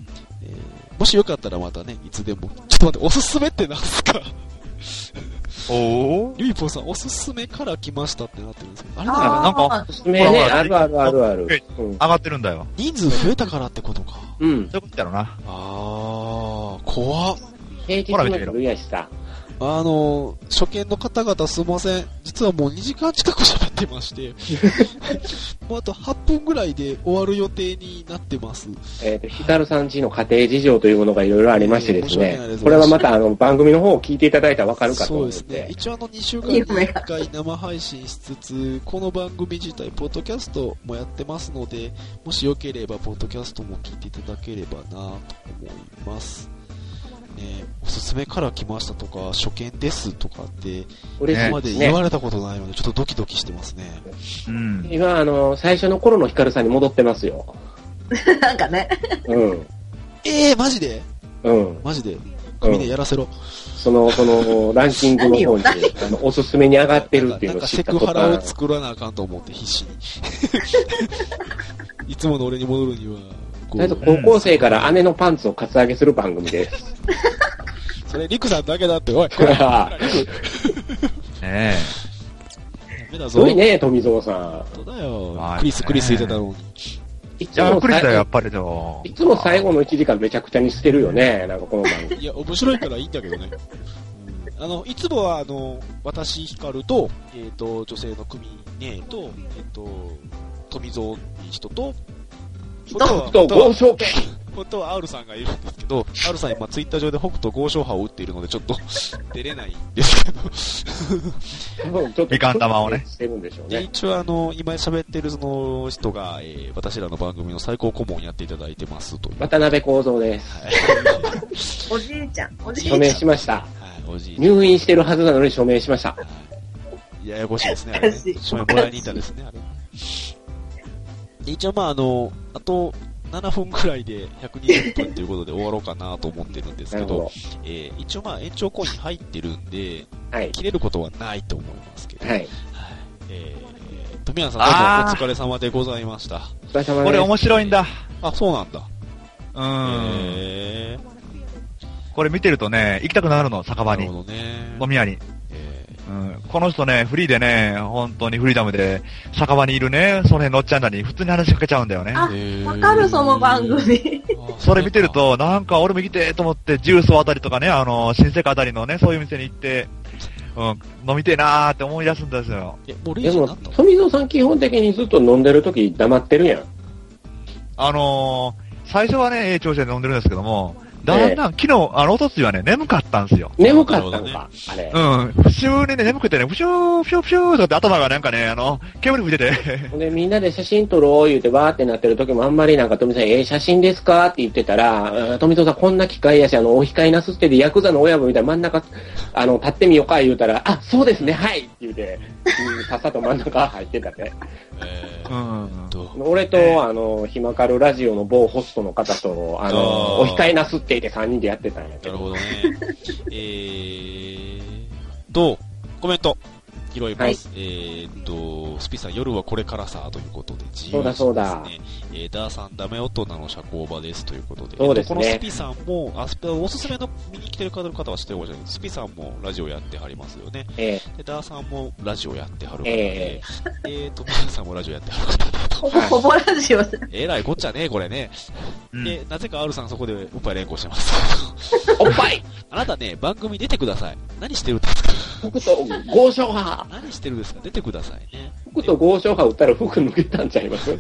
Speaker 1: もしよかったらまたね、いつでも。ちょっと待って、おすすめってなんすか
Speaker 2: おー
Speaker 1: ゆいぽんさん、おすすめから来ましたってなってるんですけど、あれなんか
Speaker 2: なんか
Speaker 3: あ
Speaker 5: おすすめね、あるあるあるある。うん
Speaker 2: 上。がってるんだよ。
Speaker 1: 人数増えたからってことか。
Speaker 5: うん。
Speaker 2: そういうことだろうな。
Speaker 1: あー、怖っ。
Speaker 5: 平日
Speaker 2: ほら見
Speaker 5: の
Speaker 2: てみろ
Speaker 5: 夜やしさ。
Speaker 1: あの、初見の方々すいません。実はもう2時間近く喋ってま して、もうあと8分ぐらいで終わる予定になってます。
Speaker 5: えっ、と、ヒカルさんちの家庭事情というものがいろいろありましてです
Speaker 1: 申し訳ない
Speaker 5: ね
Speaker 1: で。す
Speaker 5: これはまたあの、番組の方を聞いていただいたらわかるかと
Speaker 1: そう
Speaker 5: 思っ
Speaker 1: で
Speaker 5: て。
Speaker 1: すね。一応あの2週間に1回生配信しつつ、この番組自体、ポッドキャストもやってますので、もしよければ、ポッドキャストも聞いていただければなと思います。ね、おすすめから来ましたとか、初見ですとかって、
Speaker 5: 嬉し
Speaker 1: 今
Speaker 5: い
Speaker 1: ま
Speaker 5: で
Speaker 1: です言
Speaker 5: ね。
Speaker 1: われたことないので、ちょっとドキドキしてますね。
Speaker 2: うん。
Speaker 5: 今、あの、最初の頃のヒカルさんに戻ってますよ。
Speaker 3: なんかね。
Speaker 5: うん。
Speaker 1: ええー、マジで
Speaker 5: うん。
Speaker 1: マジで組でやらせろ。
Speaker 5: その、その、ランキングの方に、あの、おすすめに上がってるっていう
Speaker 1: なん
Speaker 5: のを
Speaker 1: か
Speaker 5: 知
Speaker 1: セ
Speaker 5: った
Speaker 1: ク
Speaker 5: 途
Speaker 1: ハラを
Speaker 5: 端、
Speaker 1: 作らなあかんと思って必 死に。いつもの俺に戻るには、ことう
Speaker 5: りあえず高校生から姉のパンツをカツアげする番 組です。
Speaker 1: それリクさんだけだって、おい。
Speaker 5: これは、
Speaker 2: ね
Speaker 1: ダメだ
Speaker 5: す
Speaker 1: ぞ。
Speaker 5: ごいね、富蔵さ
Speaker 1: 本当だよ
Speaker 2: まあ。ね
Speaker 1: クリス、クリスいてたのに。
Speaker 5: ん。い
Speaker 2: え。いや、びっくりしたよ、やっぱりでも。
Speaker 5: いつも最後の1時間めちゃくちゃにしてるよね、なんかこの番 組。
Speaker 1: いや、面白いからいいんだけどね。うんあの、いつもは、あの、私、ヒカルと、えっ、と、女性の組ねと、えっ、と、富蔵って人と、本当は、
Speaker 5: と、
Speaker 1: 本当は
Speaker 5: 豪商系
Speaker 1: 本当は R さんがいるんですけど、R さん今ツイッター上で北斗豪商派を打っているので、ちょっと 出れないんですけど。
Speaker 5: ちょっ
Speaker 2: みかん玉をね
Speaker 5: してるんでしょう
Speaker 1: で
Speaker 5: ね。
Speaker 1: 一応あの、今喋ってるその人が、えー私らの番組の最高顧問やっていただいてますという。
Speaker 5: 渡辺幸三です。
Speaker 3: おじいちゃん、おじいちゃ
Speaker 5: 署
Speaker 3: ん。
Speaker 5: 名しました。
Speaker 1: はい、おじいちゃん
Speaker 5: 入院してるはずなのに署名しました。
Speaker 1: ややこしいですね、あれね。
Speaker 3: おかしい
Speaker 1: 署名もらいに行ったんですね、あれ。で一応まああの、あと7分くらいで120分ということで終わろうかなと思ってるんです
Speaker 5: な
Speaker 1: け
Speaker 5: る
Speaker 1: ど、
Speaker 5: ほど。
Speaker 1: えー一応まあ延長コイン入ってるんで、
Speaker 5: はい。
Speaker 1: 切れることはないと思いますけど、
Speaker 5: はい。
Speaker 1: はいえー、富山さ
Speaker 2: あ
Speaker 1: ん
Speaker 2: ー
Speaker 1: どうもお疲れ様でございました。
Speaker 5: お疲れ様です。
Speaker 2: これ面白いんだ。
Speaker 1: あ、そうなんだ。
Speaker 2: うん。
Speaker 1: え
Speaker 2: これ見てるとね、行きたくなるの、酒
Speaker 1: ー、な
Speaker 2: 場
Speaker 1: る
Speaker 2: に。
Speaker 1: ほどね。
Speaker 2: 飲み屋に。
Speaker 1: えー
Speaker 2: うん。この人ね、フリーでね、本当にフリーダムで、酒場にいるね、その辺のおっちゃんらに普通に話しかけちゃうんだよね。
Speaker 3: あ
Speaker 1: えー
Speaker 3: わかる、その番組。
Speaker 1: あ
Speaker 2: それ見てると、なんか俺も行きてえと思って、ジュースをあたりとかね、あの、新世界あたりのね、そういう店に行って、うん、飲みてえなーって思い出すんですよ。
Speaker 1: え、もう0
Speaker 5: で
Speaker 1: 時に
Speaker 5: も
Speaker 1: なった、の
Speaker 5: 富蔵さん基本的にずっと飲んでる時黙ってるやん。
Speaker 2: あのー、最初はね、ええ調子で飲んでるんですけども、だんだん、昨日、あの、おとついはね、眠かったんですよ。
Speaker 5: 眠かったの
Speaker 1: な
Speaker 5: か、あれ
Speaker 2: う。ん、普通にね、眠くてね、ふしゅー、ふしゅー、ふしゅーとかって頭がなんかね、あの、煙吹いてて、
Speaker 5: ほんで、みんなで写真撮ろう言うてわーってなってる時もあんまりなんか富さん、えー、写真ですかって言ってたら、あー富蔵さんこんな機会やし、あの、お控えなすってで、ヤクザの親分みたいな真ん中、あの、立ってみようか言うたら、あ、そうですね、はいって言うて、うんさっさと真ん中入ってたね。
Speaker 1: え
Speaker 2: う
Speaker 1: ー
Speaker 2: ん
Speaker 1: っ。と、
Speaker 5: 俺
Speaker 2: えー
Speaker 5: と、あの、ひまかるラジオの某ホストの方と、あの、
Speaker 1: あ
Speaker 5: お
Speaker 1: ー
Speaker 5: 控えなすって言って3人でやってたんやけ
Speaker 1: なる
Speaker 5: ど。
Speaker 1: ほどね。 えーっと、コメント、拾います。えーっと、スピさん、夜はこれからさ、ということで、自
Speaker 5: そうだそうだ
Speaker 1: ですね。えー、ダーさん、ダメ大人の社交場です、ということで。
Speaker 5: そうですね
Speaker 1: えーっとこのスピさんも、あスピおすすめの見に来てる方の方は知ってるかもしれないけど、スピさんもラジオやってはりますよね。
Speaker 5: え
Speaker 1: で、ダーさんもラジオやってはる方
Speaker 5: え
Speaker 1: で、えーっと、ミキさんもラジオやってはる方だと。
Speaker 3: ほぼほぼラジオで。
Speaker 1: えらいこっちゃね、これね。
Speaker 2: うん
Speaker 1: で、なぜか R さんそこでおっぱい連行してます。
Speaker 5: ーおっぱい
Speaker 1: あなたね、番組出てください。何してるんですか
Speaker 5: 服と豪商派
Speaker 1: 何してるんですか出てくださいね。
Speaker 5: 服と豪商派売ったら服抜けたんちゃいます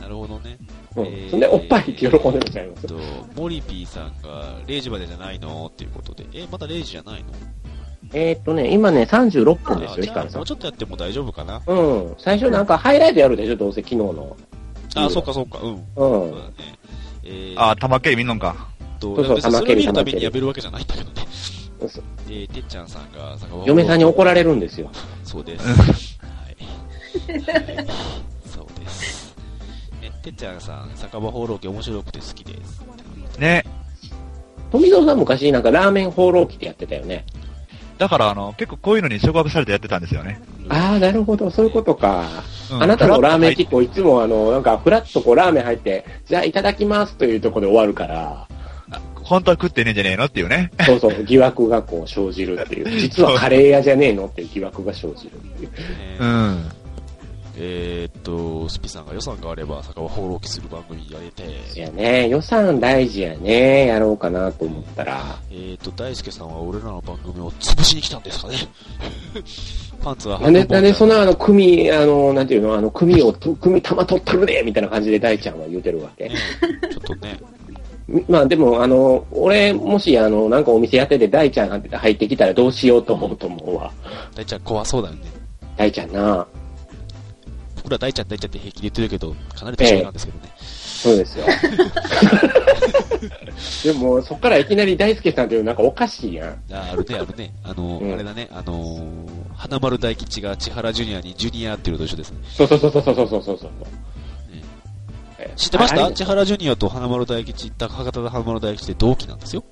Speaker 1: なるほどね。
Speaker 5: う
Speaker 1: え
Speaker 5: ん。
Speaker 1: ー
Speaker 5: そんで、おっぱいって喜んでるんちゃいま
Speaker 1: え
Speaker 5: す
Speaker 1: っと、モリピーさんが0時までじゃないのっていうことで。え、まだ0時じゃないの
Speaker 5: えーっとね、今ね、36分です
Speaker 1: じ
Speaker 5: よ、ヒ
Speaker 1: ゃ
Speaker 5: カ
Speaker 1: あ
Speaker 5: ルさ
Speaker 1: も
Speaker 5: ん
Speaker 1: う。ちょっとやっても大丈夫かな
Speaker 5: うん。最初なんかハイライトやるでしょ、どうせ昨日の。
Speaker 1: あ、そっかそっか、うん。
Speaker 5: うん
Speaker 1: そう。だね。えー、
Speaker 2: あ、玉系見んのんか。
Speaker 1: えっと、
Speaker 5: そうそう
Speaker 1: 別にそれを見るため
Speaker 5: 玉蹴
Speaker 1: に
Speaker 5: り
Speaker 1: やめるわけじゃないんだけどね。
Speaker 5: そう
Speaker 1: えー、てっちゃんさんが、
Speaker 5: 嫁さんに怒ら
Speaker 1: れ
Speaker 5: れるんですよ。
Speaker 1: そうです。 はい。そうです。ね、てっちゃんさん、酒場放浪記面白くて好きです。
Speaker 2: ね。
Speaker 5: 富蔵さん昔なんかラーメン放浪記ってやってたよね。
Speaker 2: だから、あの、結構こういうのに触発されてやってたんですよね。
Speaker 5: ああ、なるほど、そういうことか。
Speaker 2: うん
Speaker 5: あなたのラーメン
Speaker 2: フラッと入って
Speaker 5: 結構いつもあの、なんかフラッとこうラーメン入って、じゃあいただきますというところで終わるから、
Speaker 2: 本当は食ってねえんじゃねえのっていうね。
Speaker 5: そうそう、疑惑がこう生じるっていう。実はカレー屋じゃねえのっていう疑惑が生じるっていう。
Speaker 1: ね
Speaker 2: うん。
Speaker 1: えーっと、スピさんが予算があれば酒場放浪記する番組やれて、
Speaker 5: いやね、予算大事やね、やろうかなと思ったら。
Speaker 1: えーっと、大輔さんは俺らの番組を潰しに来たんですかね。 パンツは
Speaker 5: なんで、なんでそん
Speaker 1: の
Speaker 5: なあの、組、あの、なんていうの、あの、組を、組玉取っとるねみたいな感じで大ちゃんは言うてるわけ
Speaker 1: ね。、ちょっとね、
Speaker 5: みまあでも、あの、俺、もし、あの、なんかお店やってて大ちゃんが入ってきたらどうしようと思うと思うわ。
Speaker 1: 大ちゃん怖そうだよね。
Speaker 5: 大ちゃんな。
Speaker 1: 僕ら大ちゃん大ちゃんって平気で言ってるけど、かなり年上なんですけどね。
Speaker 5: そうです よ。でも、そっからいきなり大輔さんっていうなんかおかしいやん。
Speaker 1: ああるね、あるね。あの、
Speaker 5: うん
Speaker 1: あれだね、あのー花丸大吉が千原ジュニアにジュニアっていうのと一緒ですね。
Speaker 5: そうそうそうそうそうそうそうそう。え
Speaker 1: 知ってまし
Speaker 5: あ
Speaker 1: た
Speaker 5: れ
Speaker 1: 千原ジュニアと花丸大吉、高博多の花丸大吉って同期なんですよ。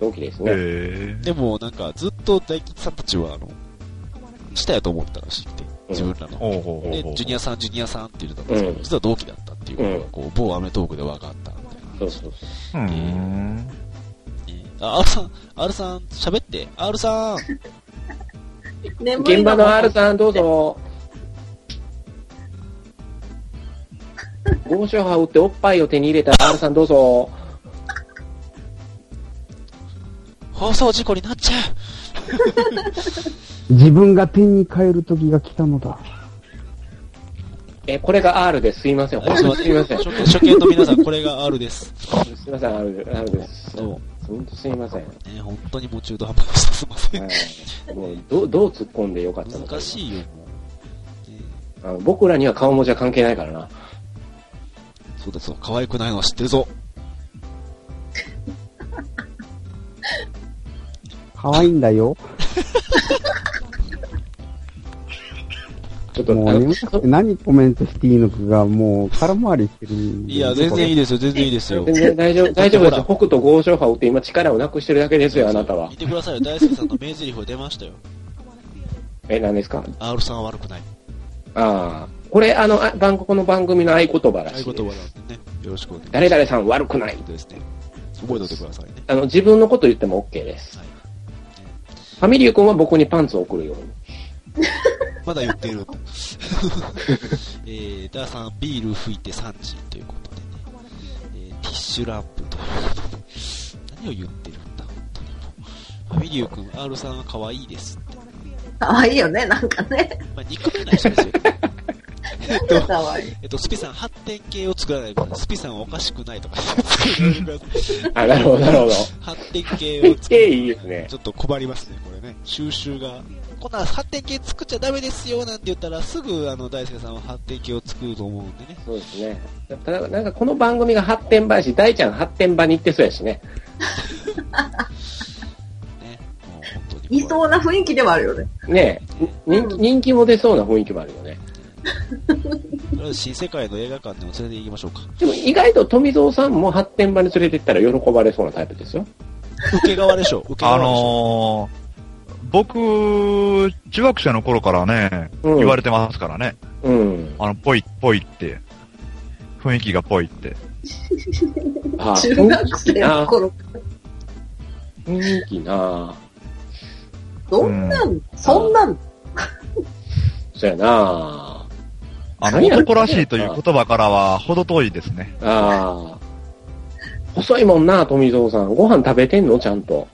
Speaker 5: 同期です
Speaker 2: へ
Speaker 5: ね。
Speaker 1: でもなんかずっと大吉さんたちはあの、下やと思ってたらしくて、自分ら
Speaker 2: ー。
Speaker 1: の。
Speaker 2: ほうほうほう
Speaker 1: で
Speaker 2: ほう、
Speaker 1: ジュニアさん、ジュニアさんって言ってたんですけど、
Speaker 5: うん
Speaker 1: 実は同期だったっていうことが、こう、某アメトークで分かったみたいな。
Speaker 5: そうそう
Speaker 2: うーん。
Speaker 1: あ、R さん、R さん、喋って、R さん、
Speaker 5: そう。
Speaker 3: 眠い
Speaker 5: 現場の R
Speaker 3: ん。
Speaker 5: さん、どうぞ。ゴーショハを打っておっぱいを手に入れた R さん、どうぞ。
Speaker 1: 放送事故になっちゃう
Speaker 6: 自分が点に変える時が来たのだ。
Speaker 5: え、これが R です。すいません。
Speaker 1: あ
Speaker 5: 本
Speaker 1: ちょっ
Speaker 5: 当
Speaker 1: と
Speaker 5: にすいません。
Speaker 1: 初初見の皆さん、これが R です。
Speaker 5: すいません、R で R です。
Speaker 1: そ
Speaker 5: 本当すいません。
Speaker 1: う。ね、本当にもう中途半端でした。すいません。
Speaker 5: はいもうどどう突っ込んでよかったのか
Speaker 1: 難しいよ、もう。ね
Speaker 5: あの僕らには顔文字は関係ないからな。
Speaker 1: そうだそう、可愛くないのは知ってるぞ。
Speaker 6: 可愛いんだよ。
Speaker 5: ちょっと、
Speaker 6: も
Speaker 5: あ
Speaker 6: う
Speaker 5: の
Speaker 6: 眠くて何コメントしていいのかがもう空回りしてる。
Speaker 1: いや、全然いいですよ、全然いい ですよ。
Speaker 5: 全然大丈夫、大丈夫で
Speaker 1: ほ
Speaker 5: す
Speaker 1: ら
Speaker 5: よ。北斗豪商派を打って今力をなくしてるだけですよ、あなたは
Speaker 1: 見。てくださいよ、大輔さんの名台詞が出ましたよ。
Speaker 5: え、何ですか
Speaker 1: R さんは悪くない。
Speaker 5: ああ。これ、あの、あ番この番組の合言葉ら
Speaker 1: 合
Speaker 5: しい
Speaker 1: 言葉
Speaker 5: です。
Speaker 1: なんでね。よろしくお願いし
Speaker 5: 誰々さん悪くない。
Speaker 1: ます。ですね。覚えておいてくださいね。
Speaker 5: あの、自分のこと言っても OK です。
Speaker 1: はい。
Speaker 5: ファミリー君は僕にパンツを送るように。
Speaker 1: まだ言って るんだ。えー、ダーさん、ビール吹いて3時ということでね。えー、ティッシュランプということで。何を言ってるんだ、本当にもう。ファミリュー君、R さんは可愛いですって。
Speaker 3: かわいいよね、なんかね。
Speaker 1: まあ、憎めない人 ですよ。えっと、
Speaker 3: かわいい。
Speaker 1: えっと、スピさん、発展系を作らないから、スピさんはおかしくない とか言ってる
Speaker 5: あ、なるほど、なるほど。
Speaker 1: 発展系を
Speaker 5: す
Speaker 1: 作
Speaker 5: げえ
Speaker 1: る。
Speaker 5: いいですね
Speaker 1: ち。ょっと困りますね、これね。収集が。こんな発展系作っちゃダメですよ、なんて言ったら、すぐ、あの、大輔さんは発展系を作ると思うんでね。
Speaker 5: そうですね。ただ、なんかこの番組が発展場やし、大ちゃん発展場に行ってそうやしね。
Speaker 1: ね。もう本当に。
Speaker 3: いそうな雰囲気ではあるよね。
Speaker 5: ねえ、人気人気も出そうな雰囲気もあるよね。
Speaker 1: とりあえず新世界の映画館でも連れて行きましょうか。
Speaker 5: でも意外と富蔵さんも発展場に連れてったら喜ばれそうなタイプですよ。
Speaker 1: 受け側でしょ、受け側
Speaker 2: あ
Speaker 1: でしょ。
Speaker 2: のー、僕、中学生の頃からね、
Speaker 5: うん
Speaker 2: 言われてますからね。
Speaker 5: うん。
Speaker 2: あの、ぽい、ぽいって。雰囲気がぽいって。
Speaker 5: あ
Speaker 3: 中学生の頃。
Speaker 5: 雰囲気な
Speaker 3: どんなん、そんなん、
Speaker 5: そうやな
Speaker 2: あの、
Speaker 5: 何や
Speaker 2: 男らしいという言葉からは程遠いですね。
Speaker 5: あー細いもんな富蔵さん。ご飯食べてんのちゃんと。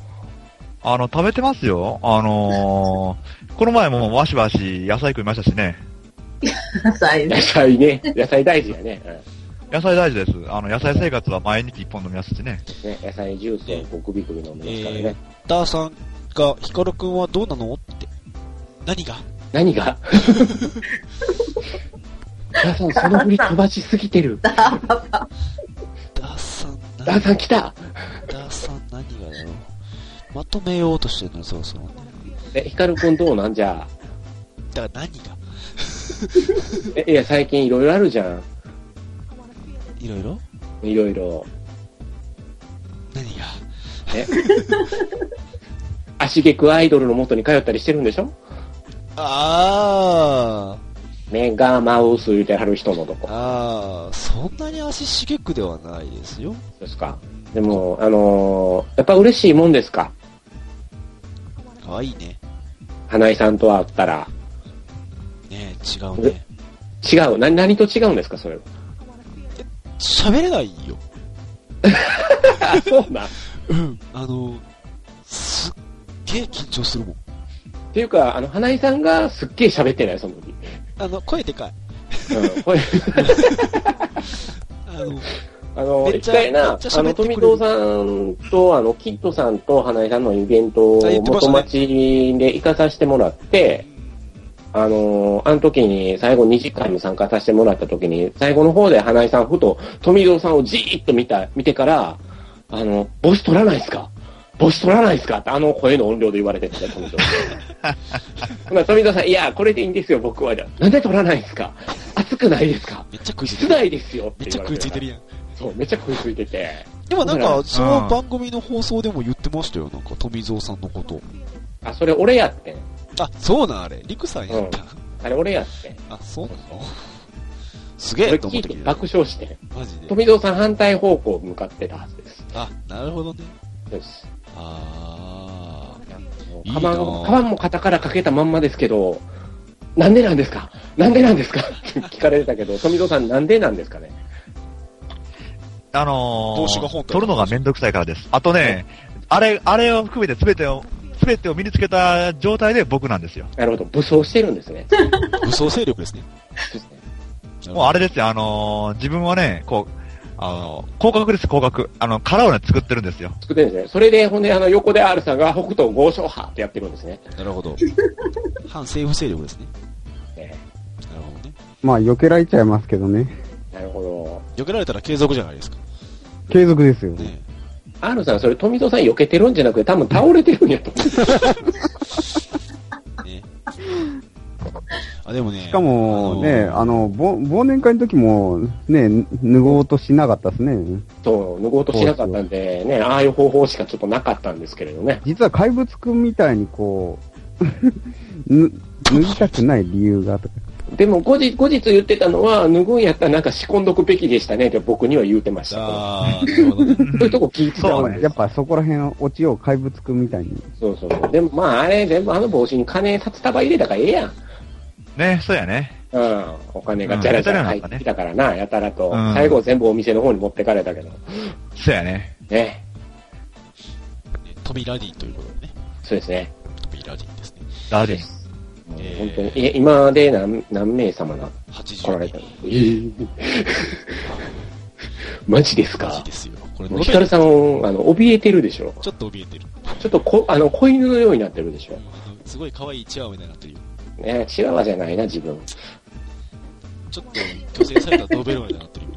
Speaker 2: あの、食べてますよ。あのー、この前もわしわし野菜食いましたしね。
Speaker 3: なさい
Speaker 5: 野菜ね。野菜大事やね。う
Speaker 2: 野菜大事です。あの、野菜生活は毎日一本飲みますしね。
Speaker 5: んね野菜ジュースをこう首首飲んでますからね。
Speaker 1: ダーさんが、ヒカルくんはどうなのって。何が
Speaker 5: 何が 皆さん、その振り飛ばしすぎてる。
Speaker 1: ダーさん、何
Speaker 5: ダーさん来た
Speaker 1: ダーさん何がだろう。まとめようとしてるのよ、そろそろね。
Speaker 5: え、ヒカルくんどうなんじゃあ。
Speaker 1: だから何が
Speaker 5: えいや、最近いろいろあるじゃん。
Speaker 1: いろいろ
Speaker 5: いろいろ。
Speaker 1: 何が
Speaker 5: 足げくアイドルの元に通ったりしてるんでしょ
Speaker 1: あ
Speaker 5: メガマウス言うてはる人のと
Speaker 1: あ、
Speaker 5: こ。
Speaker 1: ああ、そんなに足しげくではないですよ。
Speaker 5: ですか。でも、あのーやっぱ嬉しいもんですか
Speaker 1: 可愛いね。
Speaker 5: 花井さんと会ったら。
Speaker 1: ねえ、違うね。
Speaker 5: 違う。な、何と違うんですか、それは。
Speaker 1: 喋れないよ。
Speaker 5: あ、そうなん。っ
Speaker 1: うん。あの、すっげえ緊張するもん。
Speaker 5: ていうか、あの、花井さんがすっげえ喋ってない、その時。
Speaker 1: あの、声でかい。
Speaker 5: うん。これ、
Speaker 1: あの、
Speaker 5: あの、
Speaker 1: めっ
Speaker 5: 一
Speaker 1: ちゃ
Speaker 5: 回な、
Speaker 1: めっちゃ喋
Speaker 5: あの、
Speaker 1: ってくれ
Speaker 5: 富
Speaker 1: る
Speaker 5: 藤さんと、あの、キッドさんと花井さんのイベント
Speaker 1: あ言
Speaker 5: を
Speaker 1: ってまし
Speaker 5: 元
Speaker 1: たね
Speaker 5: 町で行かさせてもらって、あのーあの時に最後2時間に参加させてもらった時に、最後の方で花井さんふと富蔵さんをじーっと見た、見てから、あの、帽子取らないですか帽子取らないですかってあの声の音量で言われてた、富蔵さ ん。ほな富蔵さん、いや、これでいいんですよ、僕は。なんで取らないですか暑くないですか
Speaker 1: めっちゃ食いつい
Speaker 5: 室
Speaker 1: てる。
Speaker 5: 内ですよって
Speaker 1: めっち
Speaker 5: 言
Speaker 1: ゃ食
Speaker 5: われ
Speaker 1: いつ
Speaker 5: て
Speaker 1: いて
Speaker 5: た
Speaker 1: る。やん。
Speaker 5: そう、めっちゃ食いついてて。
Speaker 1: でもなん
Speaker 5: ほ、
Speaker 1: からその番組の放送でも言ってましたよ。なんか、富蔵さんのこと。
Speaker 5: あ、それ俺やってん。
Speaker 1: あ、そうなんあれ。陸さんやった。
Speaker 5: あれ俺やってん。
Speaker 1: あ、そうなのす
Speaker 5: そ
Speaker 1: げ
Speaker 5: れ
Speaker 1: えと
Speaker 5: 聞
Speaker 1: 思っ
Speaker 5: い
Speaker 1: て
Speaker 5: て
Speaker 1: きた。
Speaker 5: 爆笑してん。
Speaker 1: マジで。
Speaker 5: 富蔵さん反対方向向かってたはずです。
Speaker 1: あ、なるほどね。
Speaker 5: そうです。
Speaker 1: あいい
Speaker 5: カ
Speaker 1: な
Speaker 5: バン、カバンも肩からかけたまんまですけど、なんでなんですかなんでなんですかって聞かれてたけど、富蔵さんなんでなんですかね
Speaker 2: あの
Speaker 1: 帽子が
Speaker 2: ー、
Speaker 1: 本体
Speaker 2: 取るのがめんどくさいからです。あとね、あれ、あれを含めて全てを、全てを身につけた状態で僕なんですよ。
Speaker 5: なるほど、武装してるんですね。
Speaker 1: あ。武装勢力 ですね。
Speaker 5: そうですね
Speaker 2: もうあれですよ、あのー、自分はね、こう、あのー、広角です、広角。あの、殻をね、作ってるんですよ。
Speaker 5: 作ってるんですね。それで、ほんで、あの、横で R さんが北東豪商派ってやってるんですね。
Speaker 1: なるほど。反政府勢力ですね。
Speaker 5: ね
Speaker 1: なるほどね。
Speaker 6: まあ、避けられちゃいますけどね。
Speaker 5: なるほど。
Speaker 1: 避けられたら継続じゃないですか。
Speaker 6: 継続ですよ。
Speaker 1: ね
Speaker 5: R さん、それ富蔵さん避けてるんじゃなくて、多分倒れてるんやと思う。
Speaker 1: えねえあ、でもね。
Speaker 6: しかもね、
Speaker 1: あ
Speaker 6: あの、ぼ忘年会の時も、ね、脱ごうとしなかったですね。
Speaker 5: そう、脱ごうとしなかったんで、ね、ああいう方法しかちょっとなかったんですけれどね。
Speaker 6: 実は怪物くんみたいにこう、 ぬ脱ぎたくない理由がとか。
Speaker 5: でも、後日、後日言ってたのは、脱ぐんやったらなんか仕込んどくべきでしたねって僕には言うてました。
Speaker 1: あー、なるほどね。
Speaker 5: そういうとこ聞いてたんで
Speaker 6: やっぱそこら辺のオチを怪物くんみたいに。
Speaker 5: そうそうそう。でもまあ、あれ、全部あの帽子に金札束入れたからええやん。
Speaker 2: ね、そうやね。
Speaker 5: うん。お金がじゃらじゃら入ってきたからな、やたらと。最後全部お店の方に持ってかれたけど。
Speaker 2: そうやね。
Speaker 5: ね。
Speaker 1: トミーラディということでね。
Speaker 5: そうですね。
Speaker 1: トミーラディですね。
Speaker 2: ダーディン。
Speaker 5: もう本当に。え、今まで何、何名様な、来
Speaker 1: 80
Speaker 5: られ
Speaker 1: 人
Speaker 5: たのえー マジです
Speaker 1: マジ
Speaker 5: か
Speaker 1: ですよ。これ、
Speaker 5: もうヒカルさん、あの、怯えてるでしょ。
Speaker 1: ちょっと怯えてる。
Speaker 5: ちょっとこ、あの、子犬のようになってるでしょ。
Speaker 1: すごい可愛いチワワみたいになってるよ。
Speaker 5: ねチワワじゃないな、自分。
Speaker 1: ちょっと、虚勢されたドーベルマンみたいになってるよ。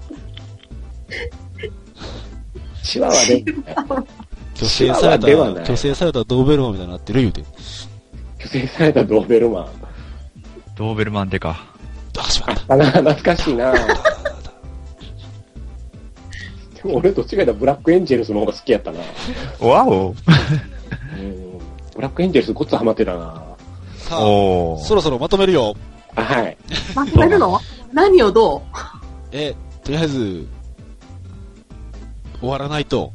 Speaker 5: チワワ で、
Speaker 1: 虚勢された、
Speaker 5: チワワではない
Speaker 1: 虚勢されたドーベルマンみたいになってる言うて。
Speaker 5: 虚勢されたドーベルマン。
Speaker 2: ドーベルマンデカ。
Speaker 1: あ、しまった。
Speaker 5: あ、な、懐かしい な。で
Speaker 1: あだだだ
Speaker 5: も俺どっちかというとブラックエンジェルスの方が好きやったな。
Speaker 2: わお
Speaker 5: うん。ブラックエンジェルスごっつハマってたな。
Speaker 1: さあ、
Speaker 2: お
Speaker 1: そろそろまとめるよ。
Speaker 5: あ、はい。
Speaker 3: まとめるの何をどう
Speaker 1: え、とりあえず、終わらないと。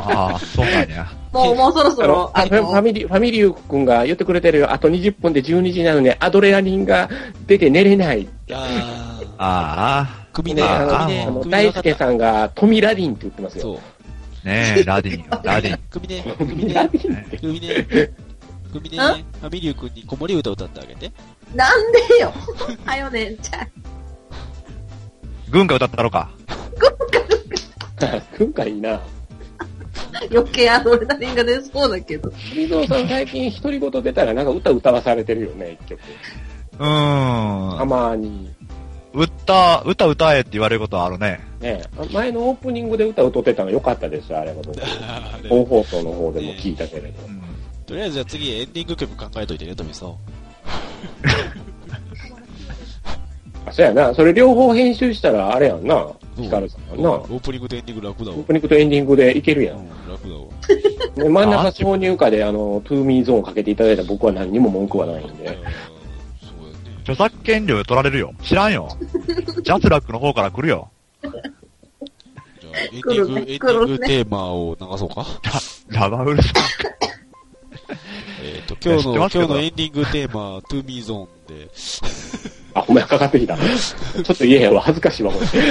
Speaker 2: ああ、そうかいな。
Speaker 3: もう、もうそろそ
Speaker 5: あの
Speaker 3: ろ、、
Speaker 5: あ
Speaker 3: えっと
Speaker 5: ファミリー、ファミリーユー君が言ってくれてるよ。あと20分で12時なのにアドレナリンが出て寝れない。
Speaker 1: いやー、
Speaker 2: あ
Speaker 1: 首ね、
Speaker 5: ね、あ
Speaker 1: 首ね、
Speaker 5: の、
Speaker 1: 首
Speaker 5: 大
Speaker 1: ね、
Speaker 5: 輔さんがトミラディンって言ってますよ。
Speaker 1: そう。
Speaker 2: あ、ねえ、ラディンよ、ラディン。
Speaker 1: 首ね、
Speaker 5: ト
Speaker 1: 首
Speaker 5: ミラ
Speaker 1: ね、
Speaker 5: ディンって。
Speaker 1: 首ね、首ね、
Speaker 3: ん
Speaker 1: ファミリュー君に子守歌歌ってあげて。
Speaker 3: なんでよ。 はよね、じゃ
Speaker 2: 軍歌歌ったろか。
Speaker 5: 軍がいいな。
Speaker 3: あ余計アドレナリンが出そうだけど。
Speaker 5: 水蔵さん最近独り言出たらなんか歌歌わされてるよね、一曲。
Speaker 2: うー
Speaker 5: た
Speaker 2: ん。
Speaker 5: まに。
Speaker 2: 歌、歌歌えって言われることはあるね。
Speaker 5: ね前のオープニングで歌歌ってたの良かったですよ、あれ は僕。
Speaker 1: あれ
Speaker 5: 本放送の方でも聞いたけれど。
Speaker 2: うん
Speaker 1: とりあえずじゃあ次エンディング曲考えといてね、トミさん。
Speaker 5: あ、そうやな。それ両方編集したらあれやんな。
Speaker 1: うん
Speaker 5: ヒカルさんやんな。
Speaker 1: オ
Speaker 5: オ
Speaker 1: ープニングとエンディング楽だわ
Speaker 5: ー。プニングとエンディングでいけるや。
Speaker 1: うんん、楽だわ。
Speaker 5: で真ん中挿入歌で、あの、トゥーミーゾーンかけていただいたら僕は何にも文句はないん
Speaker 1: うん
Speaker 5: で。
Speaker 1: そうやね。
Speaker 2: 著作権料取られるよ。知ら んよ。ジャスラックの方から来るよ。
Speaker 1: じゃあ、エンディング、エンディングテーマを流そうか。
Speaker 2: ラバウルさん。
Speaker 1: えっと、今日の、
Speaker 2: いや知
Speaker 1: 今日
Speaker 2: ってますけど
Speaker 1: のエンディングテーマ、トゥーミーゾーンで、
Speaker 5: あ、ほんまや、かかってきた。ち ょっと言えへんわ。恥ずかしいわ、これ。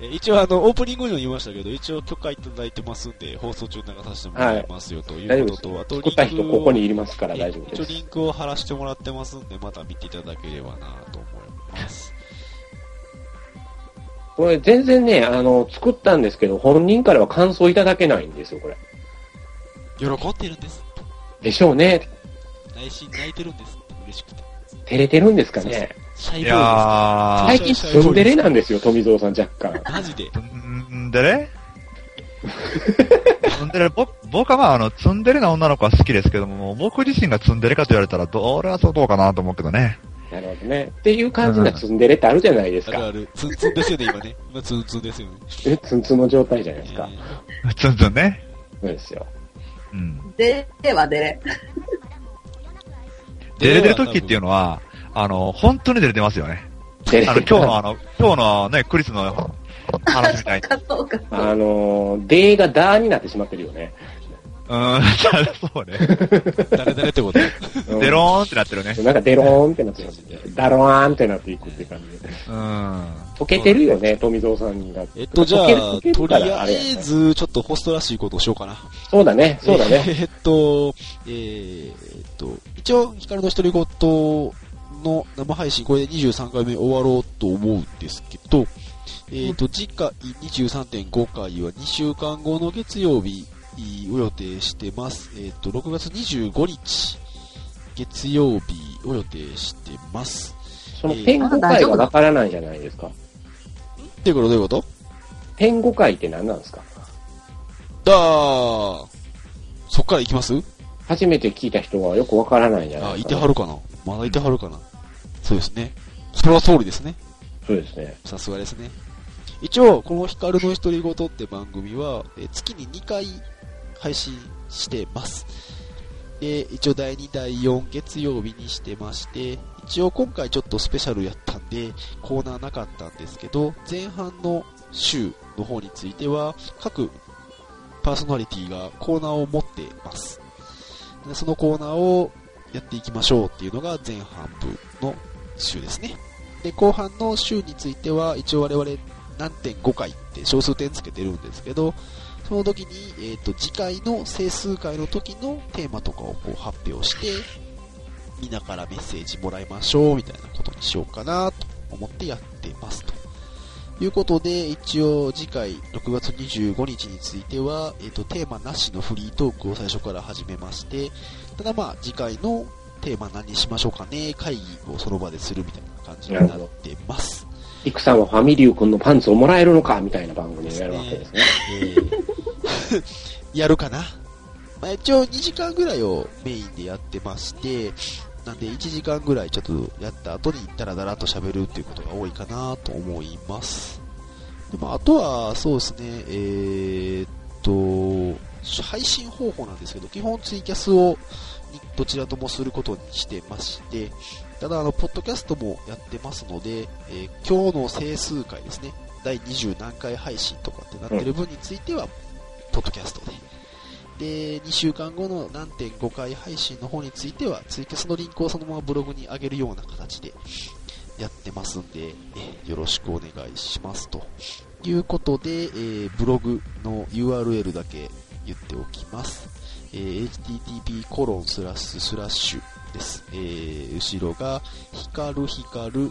Speaker 1: えー一応あの、オープニングにも言いましたけど、一応許可いただいてますんで、放送中に流させてもらいますよ、とい
Speaker 5: 大丈
Speaker 1: う
Speaker 5: 夫
Speaker 1: こ
Speaker 5: で
Speaker 1: とと、あ
Speaker 5: す。
Speaker 1: と
Speaker 5: 作った人、
Speaker 1: リンクを
Speaker 5: ここにいりますから
Speaker 1: え
Speaker 5: 大丈夫
Speaker 1: 一応
Speaker 5: です。
Speaker 1: リンクを貼らせてもらってますんで、また見ていただければなと思います。
Speaker 5: これ、全然ね、あの、作ったんですけど、本人からは感想いただけないんですよ、これ。
Speaker 1: 喜んでるんです。
Speaker 5: でしょうね。
Speaker 1: 内心泣いてるんです。嬉しくて。
Speaker 5: 照れてるんですかね。
Speaker 1: シャイ
Speaker 2: い
Speaker 1: ボー
Speaker 2: や
Speaker 5: 最近、ツンデレなんですよ、富蔵さん若干。
Speaker 1: イです。マジで。
Speaker 2: ー、ツンデ レツンデレ、ぼ僕はまあ、あの、ツンデレな女の子は好きですけども、僕自身がツンデレかと言われたら、どれはそうどうかなと思うけどね。
Speaker 5: なるほどね。っていう感じなツンデレってあるじゃないです
Speaker 1: あるあ
Speaker 5: か。
Speaker 1: る。ツンツンですよね、今ね。今ツンツンですよね。
Speaker 5: えツンツンの状態じゃないですか
Speaker 1: え。ー
Speaker 2: ツンツンね。
Speaker 5: そうですよ。
Speaker 2: うん。
Speaker 3: 出れは出れ。
Speaker 2: デレてる時っていうのは、あの、本当にデレてますよね。
Speaker 5: で
Speaker 2: あの、今日のあの、今日のね、クリスの話みたいに。
Speaker 3: あ、そうか。
Speaker 5: あのー、デーがダーになってしまってるよね。
Speaker 2: うーん、 じゃあそう ね。
Speaker 1: 誰々ってこと
Speaker 5: うん
Speaker 2: デローンってなってるね。
Speaker 5: なんかデローンってなってますね。ダローンってなっていくっていう感じで。
Speaker 2: うん。
Speaker 5: 溶けてるよね、富蔵さんが。
Speaker 1: えっと、じゃあ
Speaker 5: 溶、ける
Speaker 1: と
Speaker 5: 溶け
Speaker 1: り
Speaker 5: るから
Speaker 1: あ
Speaker 5: れや
Speaker 1: え
Speaker 5: ね
Speaker 1: ず、ちょっとホストらしいことをしようかな。
Speaker 5: そうだね、そうだ ね。
Speaker 1: えーっと、えーっと、一応、ヒカルの独り言の生配信、これで23回目終わろうと思うんですけど、えーっと、次回23.5回は2週間後の月曜日を予定してます。えーっと、6月25日、月曜日を予定してます。
Speaker 5: そのペンゴ会はわからないじゃないです
Speaker 1: っ
Speaker 5: か。
Speaker 1: てことどういうこと
Speaker 5: ペンゴ会って何なんですか
Speaker 1: だー、そっから行きます
Speaker 5: 初めて聞いた人はよくわからないじゃない
Speaker 1: あ、
Speaker 5: で
Speaker 1: い
Speaker 5: す
Speaker 1: て
Speaker 5: か。
Speaker 1: はるかなまだいてはるかなそうですね。それは総理ですね。
Speaker 5: そうですね。
Speaker 1: さすがですね。一応、このヒカルの独り言って番組は、えー月に2回配信してます。で、一応第2、第4月曜日にしてまして、一応今回ちょっとスペシャルやったんで、コーナーなかったんですけど、前半の週の方については、各パーソナリティがコーナーを持ってます。でそのコーナーをやっていきましょうっていうのが前半分の週ですね。で、後半の週については、一応我々何点5回って小数点つけてるんですけど、その時に、えっ、と、次回の整数回の時のテーマとかをこう発表して、みんなからメッセージもらいましょう、みたいなことにしようかな、と思ってやってますと。いうことで、一応次回6月25日については、えっ、と、テーマなしのフリートークを最初から始めまして、ただまあ、次回のテーマ何にしましょうかね、会議をその場でするみたいな感じになってます。
Speaker 5: イクさんはファミリュー君のパンツをもらえるのかみたいな番組をやるわけですね。
Speaker 1: えーやるかな、まあ、一応2時間ぐらいをメインでやってましてなんで1時間ぐらいちょっとやった後にダラダラと喋るっていうことが多いかなと思いますでまああとはそうですねえーっと配信方法なんですけど基本ツイキャスをどちらともすることにしてましてただあのポッドキャストもやってますので、えー今日の整数回ですね第20何回配信とかってなってる分については、ポッドキャストで。で、2週間後の何点5回配信の方については、ツイキャスのリンクをそのままブログに上げるような形でやってますんで、えよろしくお願いします。ということで、えーブログの URL だけ言っておきます。え http コロンスラッシュスラッシュです。えー後ろが、ヒカルヒカル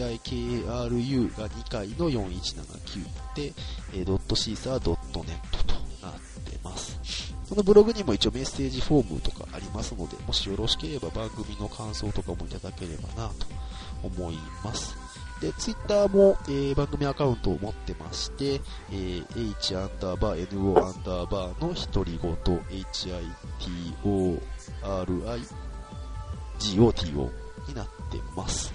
Speaker 1: 4179AHIKARU が2回の4179で、えー、ドットシーサードットネットとなってます。このブログにも一応メッセージフォームとかありますので、もしよろしければ番組の感想とかもいただければなと思います。で、ツイッターも、えー番組アカウントを持ってまして、えー h アンダーバー no アンダーバーの独り言 hitorii GOTO になってます。